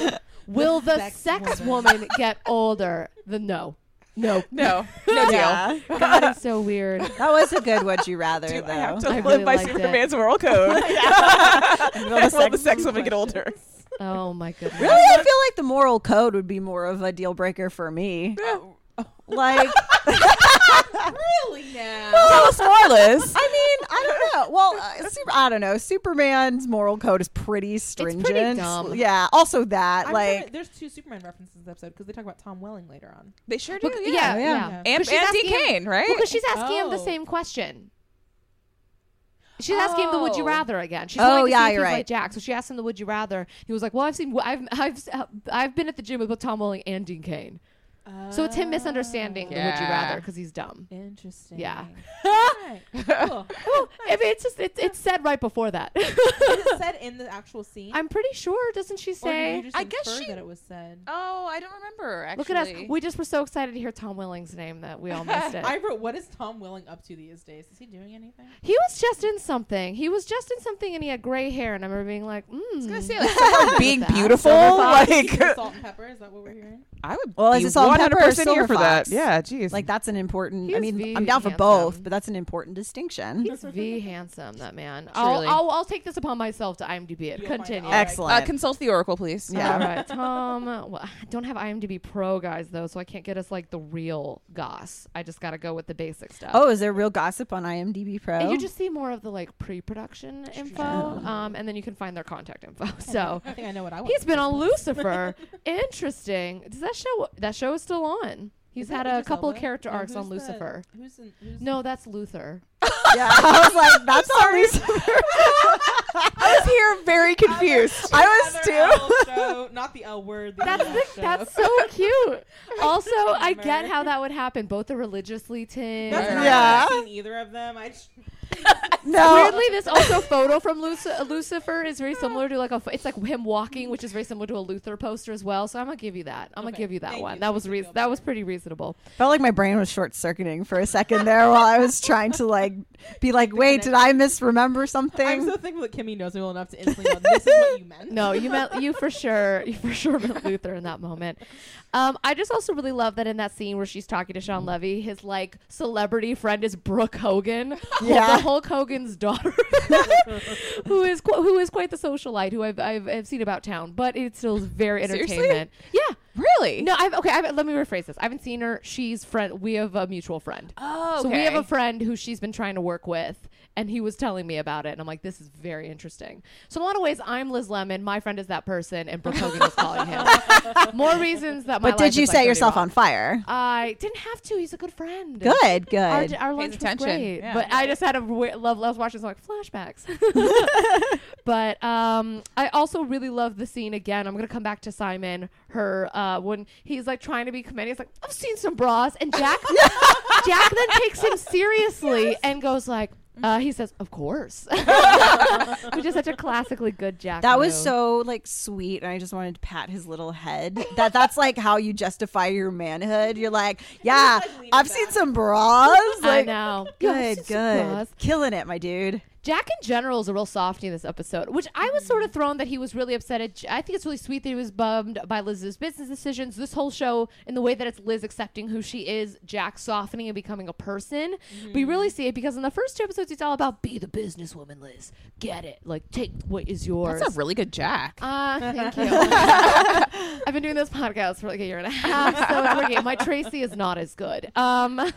Will the sex,
sex
woman. get older? The no. No.
No, no
yeah,
God is so weird.
that was a good. Would you rather though?
I have to
I
live
really
by
liked it.
Superman's moral code. Will the sex, woman get older?
Oh my goodness.
Really, I feel like the moral code would be more of a deal breaker for me. like,
really now
Tell us more, Liz.
I mean, I don't know. Well, uh, super, I don't know. Superman's moral code is pretty
pretty
stringent.
dumb.
Yeah. Also, that
I'm
like
sorry, there's two superman references in this episode because they talk about tom welling later on
They sure do.
Look-
yeah.
yeah, yeah.
yeah.
And,
But she's
and D.
asking him-
Kane, right?
Well, because she's asking him the
Oh.
same question. She's asking him the "Would you
Oh.
rather" again. She's
Oh,
wanting to
yeah,
see if
you're
he's
right.
like Jack. So she asked him the "Would you rather." He was like, "Well, I've seen, I've, I've, I've been at the gym with both Tom Welling and Dean Kane." So
Oh,
it's him misunderstanding the "Would you
Yeah.
rather" because he's dumb.
interesting
Yeah.
All right. cool.
Oh, I mean, it's just it, it's said right before that.
is it said in the actual scene
I'm pretty sure. Doesn't she
or did you
say?
just
I guess
infer
she-
that it was said
Oh, I don't remember. Actually,
Look at us. We just were so excited to hear Tom Welling's name that we all missed it.
I wrote, what is Tom Welling up to these days? Is he doing anything?
he was just in something. He was just in something, and he had gray hair. And I remember being like, mm. "I was
gonna say, like, somehow being beautiful,
like
Salt and pepper? Is that what we're hearing?
I would.
Well, is
be
it salt and pepper or
100% here
silver
for that.
fox?
Yeah, geez.
like that's an important. I
He's
mean,
very
I'm down for
handsome.
both, but that's an important distinction.
He's v handsome, that man. I'll,
Truly.
I'll, I'll take this upon myself to IMDb it.
You'll find
Continue.
out.
uh,
Excellent.
consult the oracle, please.
Yeah.
All right, Tom. Well, I don't have IMDb Pro guys though, so I can't get us like the real goss. I just gotta go with the basic stuff.
oh, is there real gossip on IMDb Pro?
And you just see more of the like pre-production info, um, and then you can find their contact info. So
I think I know what I want.
he's been on Lucifer. Interesting. Does that show? That show is still on. He's
Is that
had a
Idris
couple
Elba?
character
No,
arcs on
who's the-
Lucifer.
who's in, who's
No, that's Luther.
Yeah, I was like, that's not Lucifer.
I was here very confused.
I was
Other
too.
L show, not the L word. The
That's
L
the,
show.
that's so cute. Also, I get
Humor.
how that would happen. Both the religiously tinged.
That's not
Yeah.
yeah. seen either of them. I just,
No,
Weirdly, this also photo from Luci- uh, Lucifer is very similar to like a. ph- It's like him walking, which is very similar to a Luther poster as well. So I'm gonna give you that. I'm gonna give you that
Thank
one.
you.
That
Makes
was
me
re-
feel
that was pretty reasonable.
felt like my brain was short circuiting for a second there while I was trying to like be like, wait, did I misremember something?
I'm so thankful that Kimmy knows me well enough to instantly know this is what you meant.
No, you meant you for sure. You for sure meant Luther in that moment. Um, I just also really love that in that scene where she's talking to Sean Levy, his like celebrity friend is Brooke Hogan,
Yeah.
the Hulk Hogan's daughter, who is qu- who is quite the socialite who I've, I've I've seen about town, but it still is very
Seriously?
entertainment. Yeah.
Really?
No, I've okay. I've, let me rephrase this. I haven't seen her. She's friend. We have a mutual friend.
Oh,
So we
okay.
have a friend who she's been trying to work with, and he was telling me about it, and I'm like, this is very interesting. So in a lot of ways, I'm Liz Lemon. My friend is that person, and Brooke Hogan is calling him. More reasons that my.
but did
life
you
is, like,
set
really
yourself
wrong.
on fire?
I didn't have to. He's a good friend.
Good, good.
Our, our lunch was
attention.
great,
Yeah.
but I just had a we- love. I was watching some like flashbacks. but um, I also really love the scene again. I'm gonna come back to Simon. Her uh, when he's like trying to be commanding, he's like, "I've seen some bras," and Jack, Jack then takes him seriously and goes like. Uh, he says, "Of course," which is such a classically good Jack.
That was
move.
so like sweet, and I just wanted to pat his little head. That that's like how you justify your manhood. You're like, yeah, I've seen some bras.
I
Like,
know. Yeah, I've
Good,
seen some
good,
bras.
killing it, my dude.
Jack in general is a real softie in this episode, which I was sort
Mm.
of thrown that he was really upset. At, I think it's really sweet that he was bummed by Liz's business decisions. This whole show, in the way that it's Liz accepting who she is, Jack softening and becoming a person.
Mm-hmm.
We really see it because in the first two episodes, it's all about be the businesswoman, Liz. Get it. Like, take what is yours.
That's a really good Jack.
Ah, thank you. I've been doing this podcast for like a year and a half, so it's working. My Tracy is not as good. Um,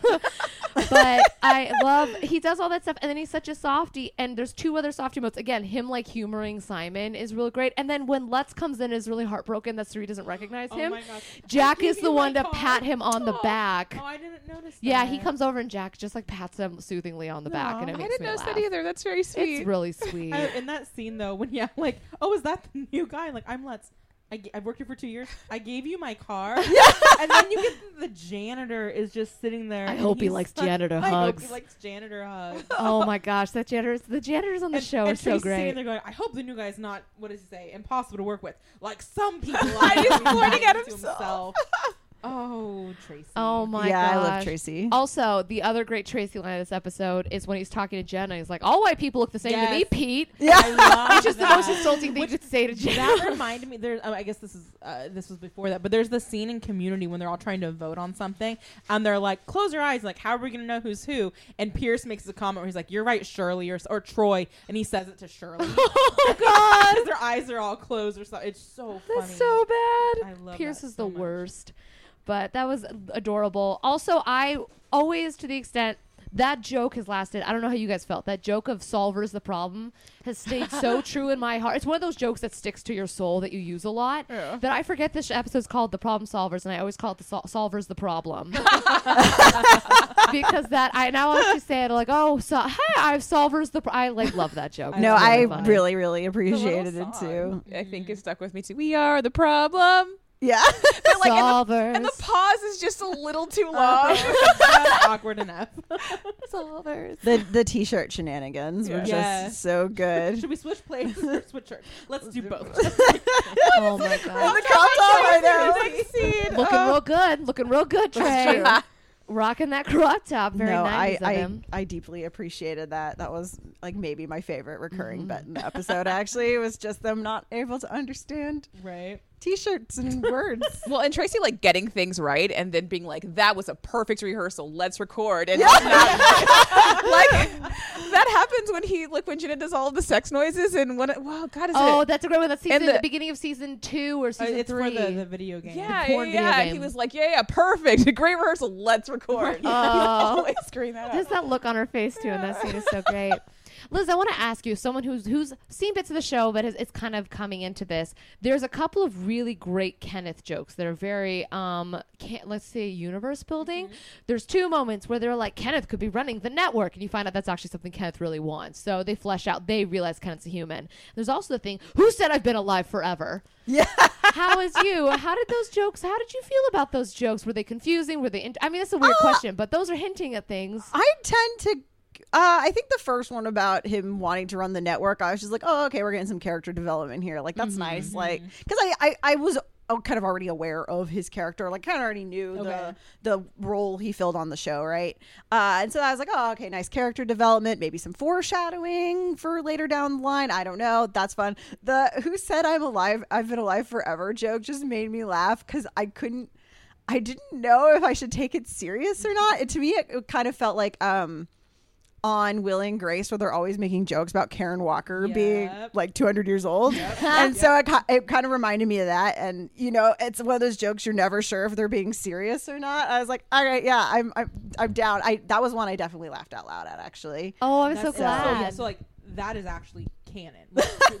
but I love he does all that stuff, and then he's such a softie. And there's two other softie modes. Again, him like humoring Simon is real great. And then when Lutz comes in, is really heartbroken that Suri doesn't recognize him.
Oh my gosh.
Jack
Give
is
me
the
my
one to
card.
pat him on the back.
Oh, I didn't notice.
Yeah, he
that.
comes over and Jack just like pats him soothingly on the back, and it
I
makes
didn't
me
notice
laugh.
that either. That's very sweet.
It's really sweet.
I- in that scene though, when yeah, like, oh, is that the new guy? Like, I'm Let's. I, g- I've worked here for two years. I gave you my car, and then you get the janitor is just sitting there.
I
and
hope he
he's
likes
like-
janitor
I hope he
hugs.
likes janitor hugs.
oh my gosh, that janitors the janitors on the show are
and
so
Tracy's
great.
Sitting there going, I hope the new guy's not what does he say? Impossible to work with, like some people.
And he's pointing at
To
himself.
oh, Tracy.
Oh my
yeah, I love
gosh.
Tracy.
Also, the other great Tracy line of this episode is when he's talking to Jenna. He's like, "All white people look the same to me,
Yes.
Pete,"
I love
which is the most
that.
insulting thing to say to Jenna.
that reminded me there um, i guess this is uh, this was before that but there's the scene in community when they're all trying to vote on something and they're like close your eyes like how are we gonna know who's who and pierce makes a comment where he's like you're right shirley or, or troy and he says it to shirley
oh god,
their eyes are all closed or something it's so funny
that's so bad.
I love
Pierce
that
is
so
the
much.
worst, but that was adorable. Also, I always, to the extent. That joke has lasted. I don't know how you guys felt. That joke of solvers the problem has stayed so true in my heart. It's one of those jokes that sticks to your soul that you use a lot. That I forget this episode's called The Problem Solvers, and I always call it The sol- Solvers the Problem. because that I now I just say it like, oh, so hey, I've solvers the. Pro-. I like love that joke.
no,
It's
I
funny.
really, really appreciated it too.
I think it stuck with me too. We are the problem.
Yeah,
But like, and the,
solvers.
and the pause is just a little too long.
Not awkward enough
solvers.
the the t-shirt shenanigans were just
Yeah.
so good.
should we switch places or switch shirts let's do both
oh
the
my god,
crop top, I know.
looking real good, looking real good, Trey.
true.
Rocking that crop top, very
no, I,
nice of
I,
him.
I deeply appreciated that. That was like maybe my favorite recurring
Mm-hmm.
bit in the episode. Actually, it was just them not able to understand
right
t-shirts and words.
Well, and Tracy like getting things right and then being like, "That was a perfect rehearsal. Let's record." And like, not- like that happens when he like when Jenna does all of the sex noises and when wow, God, is
Oh,
it?
that's a great one. That's season
the-
the beginning of season two or
Uh,
season
it's
three.
for the, the video game
Yeah, yeah,
porn video
yeah. And he
game.
was like, "Yeah, yeah, perfect. Great rehearsal. Let's record."
Oh.
Always scream that out.
Just that look on her face too, and that scene is so great. Liz, I want to ask you, someone who's who's seen bits of the show but is, is kind of coming into this. There's a couple of really great Kenneth jokes that are very um can't, let's say universe building. There's two moments where they're like Kenneth could be running the network and you find out that's actually something Kenneth really wants. So they flesh out they realize Kenneth's a human. There's also the thing, who said I've been alive forever?
Yeah.
How is you? How did those jokes? How did you feel about those jokes? Were they confusing? Were they? In- I mean, that's a weird question, but those are hinting at things.
I tend to. Uh, I think the first one about him wanting to run the network, I was just like, oh, okay, we're getting some character development here. Like, that's nice. Like, because I, I, I was oh, kind of already aware of his character. Like, kind of already knew the, the role he filled on the show, right? Uh, and so I was like, oh, okay, nice character development. Maybe some foreshadowing for later down the line. I don't know. That's fun. The who said I'm alive, I've been alive forever joke just made me laugh because I couldn't. I didn't know if I should take it serious or not. It, to me, it, it kind of felt like um, on Will and Grace, where they're always making jokes about Karen Walker being
Yep.
like 200 years old, and so it, ki- it kind of reminded me of that. And you know, it's one of those jokes you're never sure if they're being serious or not. I was like, all right, yeah, I'm, I'm, I'm down. I that was one I definitely laughed out loud at actually.
Oh, I'm so
That's- So, yeah,
glad.
so like that is actually canon. Like,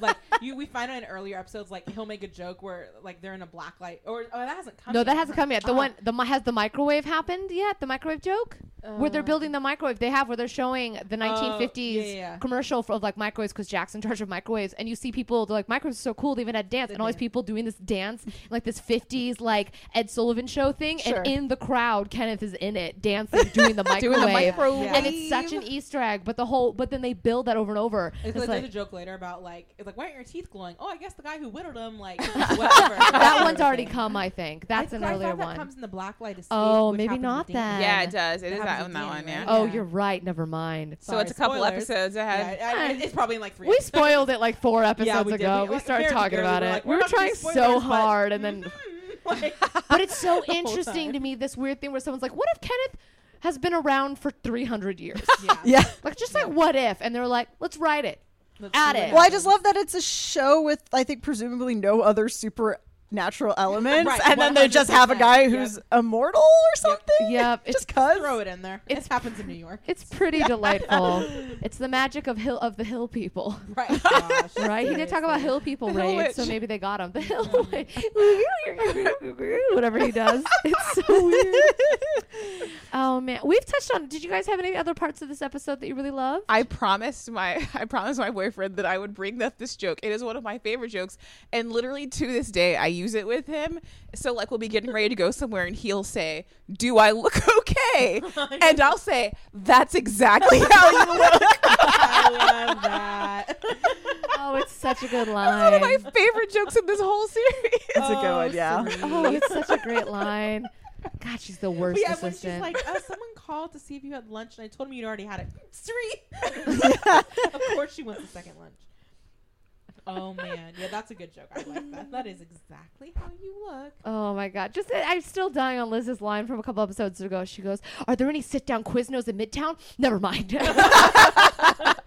like, you, we find out in earlier episodes, like he'll make a joke where like they're in a black light, or oh that hasn't come.
no,
yet, Oh.
that hasn't
huh?
come yet. The one, the mi- has the microwave happened yet? The microwave joke where they're building the microwave. They have where they're showing the 1950s
Uh. Oh, yeah, yeah.
commercial for, of like microwaves because Jack's in charge of microwaves, and you see people they're like microwaves are so cool. They even had dance, and all these people doing this dance like this 50s like Ed Sullivan show thing, and in the crowd, Kenneth is in it dancing, doing the microwave,
microwave.
and it's such an Easter egg. But the whole, but then they build that over and over.
It's
It's
like,
like-
there's a joke later about like it's like why aren't your teeth glowing? Oh, I guess the guy who whittled them like whatever.
that one's already come, I think. That's
I,
an
I
earlier
thought that
one.
comes in the black light. Escape,
Oh,
which
maybe
happened
not
with Dana.
then.
Yeah, it does. It is
Um,
that
happens in
on that
Dana,
one.
right?
Yeah.
Oh,
Yeah.
you're right. Never mind.
So it's a couple
spoilers.
episodes ahead.
Yeah, I- I- it's probably in like three.
We spoiled it like four episodes
we did.
ago.
We-
We,
like,
started
very
talking
barely,
about
we're
it.
like,
we
we're
were
not
trying
gonna do
so
spoilers, but-
hard, and then.
like,
But it's so interesting
time.
to me this weird thing where someone's like, "What if Kenneth has been around for 300 years?
Yeah.
like, just like what if?" And they're like, "Let's write it, add it."
Well, I just love that it's a show with, I think, presumably no other supernatural elements,
Right,
and then they just have a guy
100%,
who's immortal or something.
Yep,
just
it's-
cause.
throw it in there. It happens in New York.
It's pretty delightful. It's the magic of hill of the hill people.
Right. Gosh,
Right? He did talk about hill people
hill
raids, so
witch.
maybe they got him. The hill witch. Whatever he does. It's so weird. Oh man. We've touched on did you guys have any other parts of this episode that you really love?
I promised my I promised my boyfriend that I would bring up this joke. It is one of my favorite jokes, and literally to this day I use it with him. So like we'll be getting ready to go somewhere, and he'll say, "Do I look okay?" and I'll say, "That's exactly how you look."
I love that.
Oh, it's such a good
One of my
line.
favorite jokes in this whole series.
It's a good one, yeah.
Oh, it's such a great line. God, she's the worst
yeah, when she's
assistant.
like, oh, someone called to see if you had lunch, and I told him you'd already had it. Three. of course, she wants the second lunch. Oh man, yeah, that's a good joke. I like that. That is exactly how you look.
Oh my god! Just I'm still dying on Liz's line from a couple episodes ago. She goes, "Are there any sit-down Quiznos in Midtown? Never mind."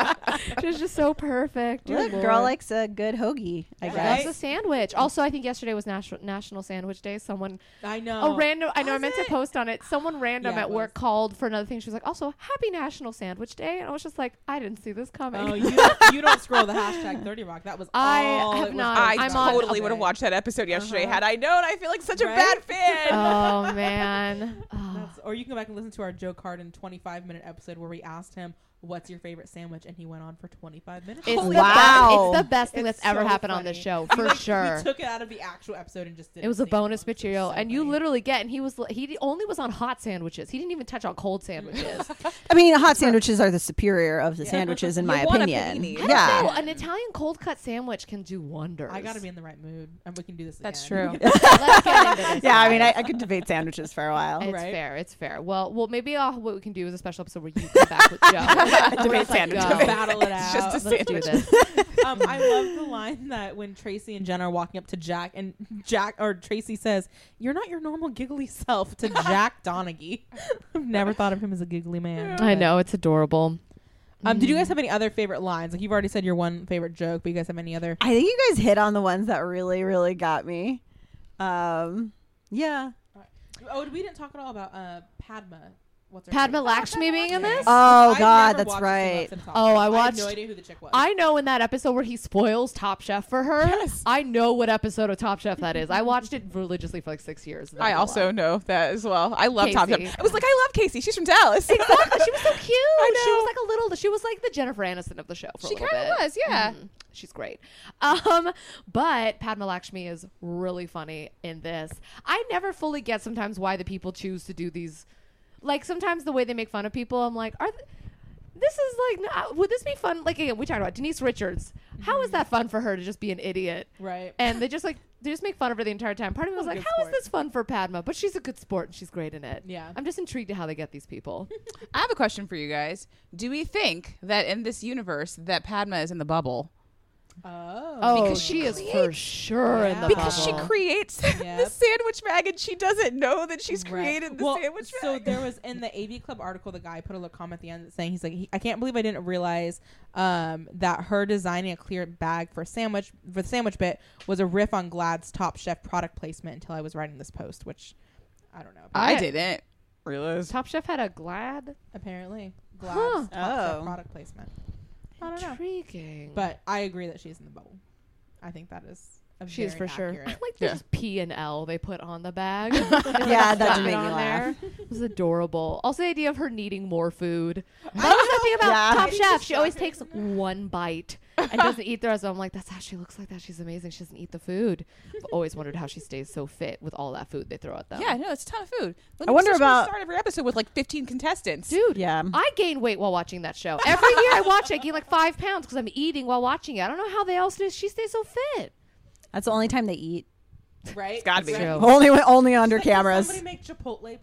She's just so perfect. Dear
Look,
Lord.
girl likes a good hoagie, I
Yeah.
guess.
loves a sandwich. Also, I think yesterday was National National Sandwich Day. Someone
I know.
a Oh, random I know I meant to post on it. Someone random
Oh, Yeah, it
at work
was.
called for another thing. She was like, "Also, Happy National Sandwich Day," and I was just like, "I didn't see this coming."
Oh, you don't, you don't scroll the hashtag Thirty Rock. That was
I
all
have
it was
not.
all
I
I'm
about.
on-
totally would have watched that episode yesterday had I known. I feel like such a bad fan.
Oh, man. Oh.
That's- or you can go back and listen to our Joe Carden 25 minute episode where we asked him, What's your favorite sandwich? And he went on for 25 minutes.
It's
Holy
the
wow.
best. It's the best thing
It's
that's ever
so
happened on this
funny.
show,
We,
for
like,
sure.
We took it out of the actual episode and just did
It was a bonus material, and you
literally.
literally get. And he was he d- only was on hot sandwiches. He didn't even touch on cold sandwiches.
I mean, hot sandwiches are the superior of the sandwiches, in my
want a
opinion.
panini. I don't
Yeah.
so an Italian cold cut sandwich can do wonders.
I gotta be in the right mood, and we can do this.
That's
again.
true.
Let's get into this.
Yeah, I mean, I, I could debate sandwiches for a
It's
while.
right?
fair. It's fair. Well, well, maybe uh, what we can do is a special episode where you come back with Joe.
Debate
Let's
sandwich.
go.
Just battle it
It's
out.
just a
Let's do
sandwich.
this.
um, I love the line that when Tracy and Jenna are walking up to Jack, and Jack or Tracy says, "You're not your normal giggly self." To Jack Donaghy, I've never thought of him as a giggly man.
I know it's adorable.
Um, did you guys have any other favorite lines? Like you've already said your one favorite joke, but you guys have any other?
I think you guys hit on the ones that really, really got me. Um, yeah.
Oh, we didn't talk at all about uh, Padma. what's her
Padma
name?
Lakshmi being in this?
Oh,
I've
God,
never
that's
watched
right.
Since Love Since
Oh,
Top
I
Chef.
watched-
I had no idea who the chick was.
I know in that episode where he spoils Top Chef for her. I know what episode of Top Chef that is. I watched it religiously for like six years.
I also know that as well. I love Top Chef.
Casey.
I was like, I love Casey. She's from Dallas.
Exactly. She was so cute. She
know.
was like a little. She was like the Jennifer Aniston of the show. For
She
kind
kinda was, yeah.
She's great. Um, but Padma Lakshmi is really funny in this. I never fully get sometimes why the people choose to do these. Like sometimes the way they make fun of people, I'm like, are. Th- this is like, not, would this be fun? Like again, we talked about Denise Richards. How is that fun for her to just be an idiot?
Right.
And they just like they just make fun of her the entire time. Part of me was like,
good
how is
sport.
this fun for Padma? But she's a good sport and she's great in it.
Yeah.
I'm just intrigued to how they get these people.
I have a question for you guys. Do we think that in this universe that Padma is in the bubble?
Oh.
Oh, because she is for sure in the
Because she
bubble.
creates the
Yep.
sandwich bag and she doesn't know that she's
Right.
created the
well,
sandwich bag.
So there was in the AV Club article, the guy put a little comment at the end saying he's like, he, I can't believe I didn't realize um, that her designing a clear bag for sandwich for the sandwich bit was a riff on Glad's Top Chef product placement until I was writing this post, which I don't know.
I didn't realize.
Top Chef had a glad.
Apparently, Glad's Top
Oh.
Chef product placement. I don't know,
Intriguing.
but I agree that she's in the bubble. I think that is. A
she is for
very
sure. I
accurate-
like the
Yeah.
just P and L they put on the bag.
Yeah, that
Put
did
it
make me
on
laugh.
there. It was adorable. Also, the idea of her needing more food. That was the thing about
Yeah.
Top Chef. She always takes one bite and doesn't eat the rest. I'm like, that's how she looks like that. She's amazing. She doesn't eat the food. I've always wondered how she stays so fit with all that food they throw at them.
Yeah, no, it's a ton of food.
I wonder about-
start every episode with like 15 contestants.
Dude,
Yeah.
I gain weight while watching that show. Every year I watch it, I gain like five pounds because I'm eating while watching it. I don't know how they else do. She stays so fit.
That's the only time they eat.
right? It's
gotta be.
True.
Only only under
Like, can
cameras.
Somebody make Chipotle,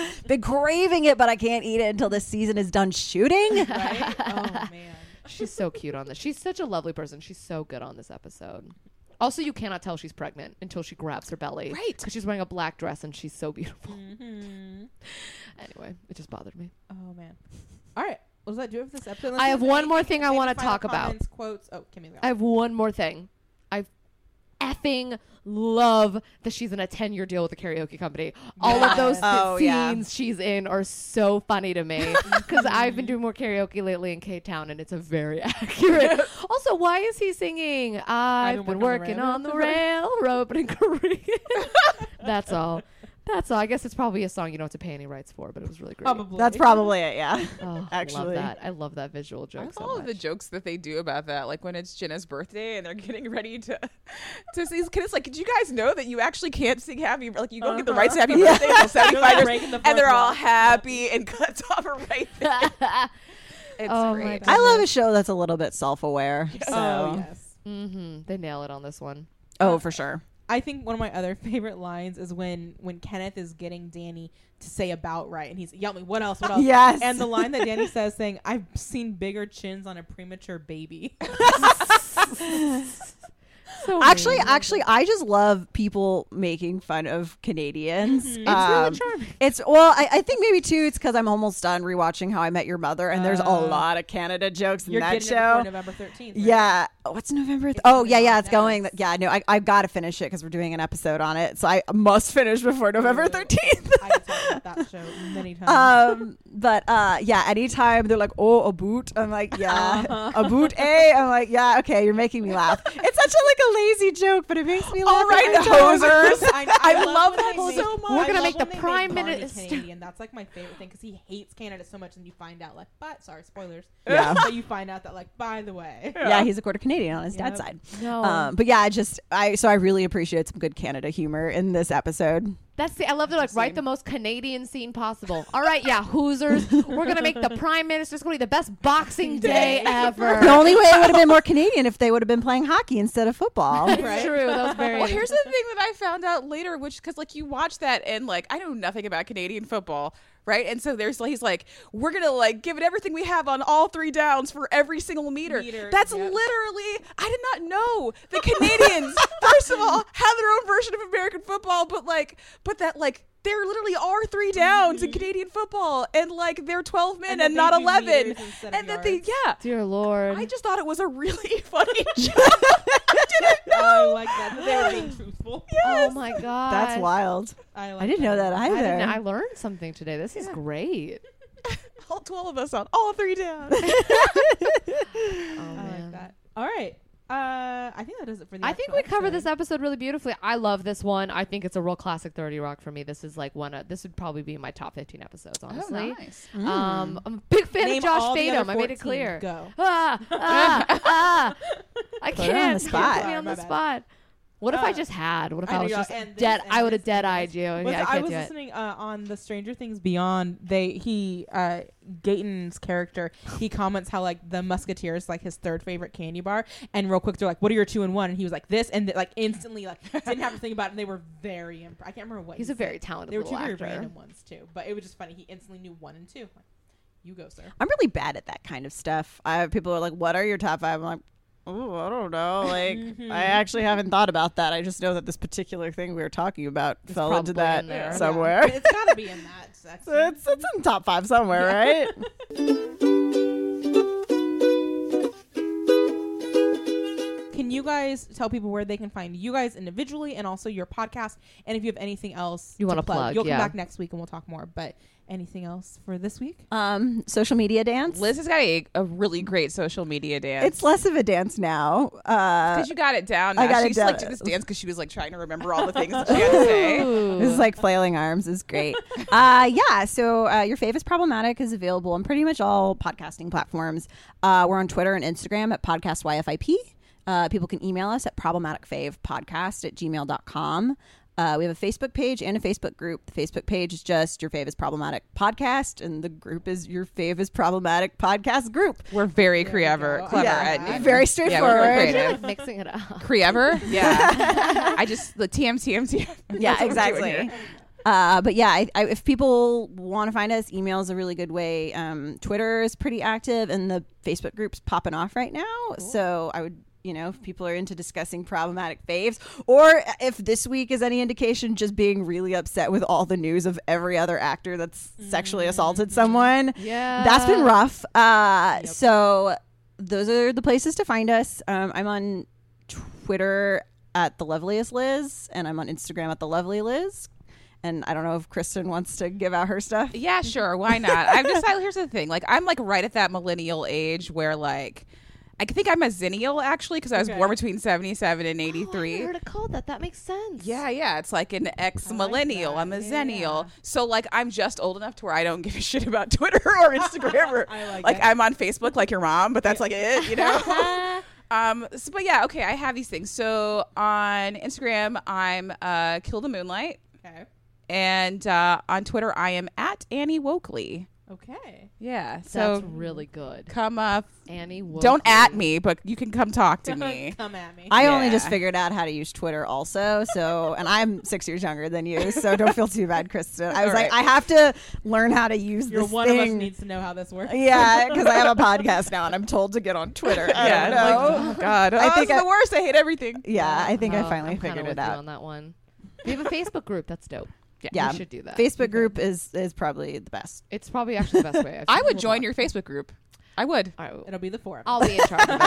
please.
Been craving it, but I can't eat it until this season is done shooting.
right? Oh man.
She's so cute on this. She's such a lovely person. She's so good on this episode. Also, you cannot tell she's pregnant until she grabs her belly.
Right.
Because she's wearing a black dress and she's so beautiful. Anyway, it just bothered me.
Mm-hmm. Oh man. All right. Well, does that do it for this episode?
I have one more thing I wanna
want
talk about.
Quotes. Oh, Kimmy. go.
I have one more thing. I effing love that she's in a 10 year deal with a karaoke company. All of those
Oh,
scenes
yeah.
she's in are so funny to me because I've been doing more karaoke lately in Cape Town and it's a very accurate. also, why is he singing? I've been working on the railroad, but in Korean. That's all. That's all. I guess it's probably a song you don't have to pay any rights for, but it was really great.
Probably.
That's probably it. Yeah.
Oh,
Actually.
I love that. I love that visual joke.
I love
so
all
much.
of the jokes that they do about that, like when it's Jenna's birthday and they're getting ready to to see these kids. Like, did you guys know that you actually can't sing happy? Like, you don't get the
Uh-huh.
rights to happy birthday until
You're, like,
75 years,
breaking the
and they're
fourth
all
wall.
happy and cuts off her right there. It's
Oh my
great.
God.
I love a show that's a little bit self-aware. So.
Oh yes.
Mhm. They nail it on this one.
Oh, for sure.
I think one of my other favorite lines is when when Kenneth is getting Danny to say about right, and he's yell me, "What else? What else?"
Oh. Yes.
And the line that Danny says, saying, "I've seen bigger chins on a premature baby."
So
Actually,
mean.
actually, I just love people making fun of Canadians. Mm-hmm. It's
really charming.
It's well, I, I think maybe too. It's because I'm almost done rewatching How I Met Your Mother, and there's a
Oh.
lot of Canada jokes in
You're
that
getting it
show.
before November thirteenth.
Yeah. What's November? Th- oh,
coming
yeah, yeah.
out
It's going.
next.
Yeah, no, I, I've got to finish it because we're doing an episode on it. So I must finish before November
Ooh.
13th.
I have talked about that show many times.
um, but uh, yeah, anytime they're like, oh, a boot, I'm like, yeah, a boot, eh? I'm like, yeah, okay, you're making me laugh. It's such a like a lazy joke, but it makes me laugh.
All right,
every time.
hosers.
I,
I love
when
that
they
so
make-
much.
I
We're gonna
love
make
when
the
they
prime
Barney
minister-
Canadian. That's like my favorite thing because he hates Canada so much, and you find out like, but sorry, spoilers.
Yeah.
but you find out that like, by the way,
Yeah, he's a quarter Canadian on his
Yep.
dad's side.
No.
Um, but yeah, I just I so I really appreciate some good Canada humor in this episode.
That's the I love they're like write the most Canadian scene possible. All right, yeah, Hoosers. We're gonna make the prime minister's gonna be the best boxing day ever.
The only way it would have been more Canadian if they would have been playing hockey instead of football.
It's true. That was very.
Well, here's the thing that I found out later, which because like you watch that and like I know nothing about Canadian football, right? And so there's he's like, we're gonna like give it everything we have on all three downs for every single meter.
Meter,
That's
yep.
literally I did not know the Canadians. first of all, have their own version of American football, but like, but that like. There literally are three downs in Canadian football, and like they're twelve
Mm-hmm.
men
And
and,
that they
not
do
eleven,
meters instead of
and that they
yards.
yeah.
Dear Lord.
I just thought it was a really funny joke.
I like that. They were being truthful.
oh my God.
That's wild.
I, like
I didn't know that
I,
either.
didn't, I learned something today. This is great.
All twelve of us on all three down.
Oh,
I
man.
like that. All right. Uh, I think that does it for the.
I think
actual
we covered this
episode.
episode really beautifully. I love this one. I think it's a real classic 30 Rock for me. This is like one of this would probably be my top 15 episodes, honestly.
nice.
Um, I'm a big fan
Name
of Josh
all the other
Fadum. I made it
14.
clear.
Go.
Ah, ah, ah. I
Put
can't.
her on the
You
spot.
Put me on
Sorry, my
the
bad.
spot. What if I
Uh,
just had? What if
I
I,
know,
was
y'all,
just
and this,
dead?
and
I would
this,
have dead
and this.
eyed you.
Was-
Oh, Yeah, I
I
can't
was
do it.
listening uh, on the Stranger Things Beyond. They he uh, Gaten's character he comments how like the Musketeers like his third favorite candy bar, and real quick they're like, "What are your two and one?" And he was like, "This," and they, like instantly like didn't have to think about it. And they were very. Imp- I can't remember what
He's
he
a very
said.
talented
They were two
little
very
actor.
random ones too, but it was just funny. He instantly knew one and two. Like, you go, sir.
I'm really bad at that kind of stuff. I people are like, "What are your top five? I'm like, "Oh, I don't know. Like,
Mm-hmm.
I actually haven't thought about that. I just know that this particular thing we were talking about fell into
probably
that
in there.
somewhere.
Yeah. it's gotta be in that section.
So it's it's in top five somewhere, right?
Can you guys tell people where they can find you guys individually and also your podcast? And if you have anything else
You
to
wanna
plug,
plug,
you'll
yeah.
come back next week and we'll talk more. But anything else for this week?
um, social media dance.
Liz has got a, a really great social media dance.
It's less of a dance now. Uh,
because you got it down. Now.
I got
she
it
used to, like
down.
did this dance because she was like trying to remember all the things that she had to say.
This is like flailing arms is great. uh, yeah. So uh, your fave is problematic is available on pretty much all podcasting platforms. Uh, we're on Twitter and Instagram at podcast YFIP. Uh, people can email us at problematicfavepodcast at gmail.com. Uh, we have a Facebook page and a Facebook group. The Facebook page is just Your Fave is Problematic Podcast, and the group is Your Fave is Problematic Podcast Group.
We're very clever, clever
yeah,
at
very
yeah, we're very
straightforward.
creative.
mixing it up.
Creever? Yeah. I just the TM TM.
yeah, exactly. Uh, but yeah, I, I, if people want to find us, email is a really good way. Um, Twitter is pretty active, and the Facebook group's popping off right now. So I would, you know, if people are into discussing problematic faves, or if this week is any indication, just being really upset with all the news of every other actor that's sexually assaulted someone.
Yeah.
That's been rough. Uh, So those are the places to find us. Um, I'm on Twitter at the loveliest Liz, and I'm on Instagram at the lovely Liz. And I don't know if Kristen wants to give out her stuff.
Yeah, sure. Why not? I'm just I, here's the thing. Like I'm like right at that millennial age where like I think I'm a zennial actually because I was born between 77
Oh,
and
I
83.
heard it called that. That makes sense.
yeah, yeah, it's like an ex millennial. I'm a zennial. So like I'm just old enough to where I don't give a shit about Twitter or Instagram or
I like that.
I'm on Facebook like your mom, but that's like it, you know. um so, but yeah, okay, I have these things. So on Instagram, I'm uh kill the moonlight
Okay.
and uh on Twitter I am at Annie Wokley.
Okay.
Yeah. So
That's really good.
come up.
Annie Woke.
Don't at me, but you can come talk to me.
Come at me.
I only just
Yeah.
figured out how to use Twitter also. So, and I'm six years younger than you. So don't feel too bad, Kristen. I was
All
like,
right.
I have to learn how to use
You're
this
one
thing.
of us needs to know how this works.
yeah, because I have a podcast now and I'm told to get on Twitter. I
yeah.
don't know.
I'm like, oh God. I think
think I-
the worst. I hate everything.
yeah, I think I
Oh,
finally
I'm kinda
figured
with
it
you
out.
on that one. We have a Facebook group. That's dope. Yeah,
Yeah.
we should do that.
Facebook group is is probably the best.
it's probably actually the best way.
I would join your Facebook group. I would.
All right,
It'll be the four. of us.
I'll be in charge of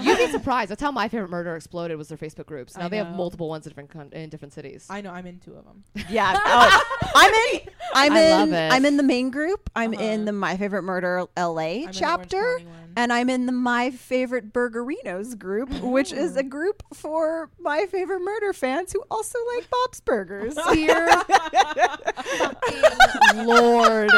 it. You'd be surprised. That's how my favorite murder exploded was their Facebook groups. Now
I
they have
know.
multiple ones in different con- in different cities.
I know I'm in two of them.
Yeah, oh, I'm in. I'm
I love
in.
it.
I'm in the main group. I'm in the My Favorite Murder LA
I'm in the Orange
chapter,
County one.
and I'm in the My Favorite Burgerinos group, which is a group for My Favorite Murder fans who also like Bob's Burgers.
Dear fucking Lord,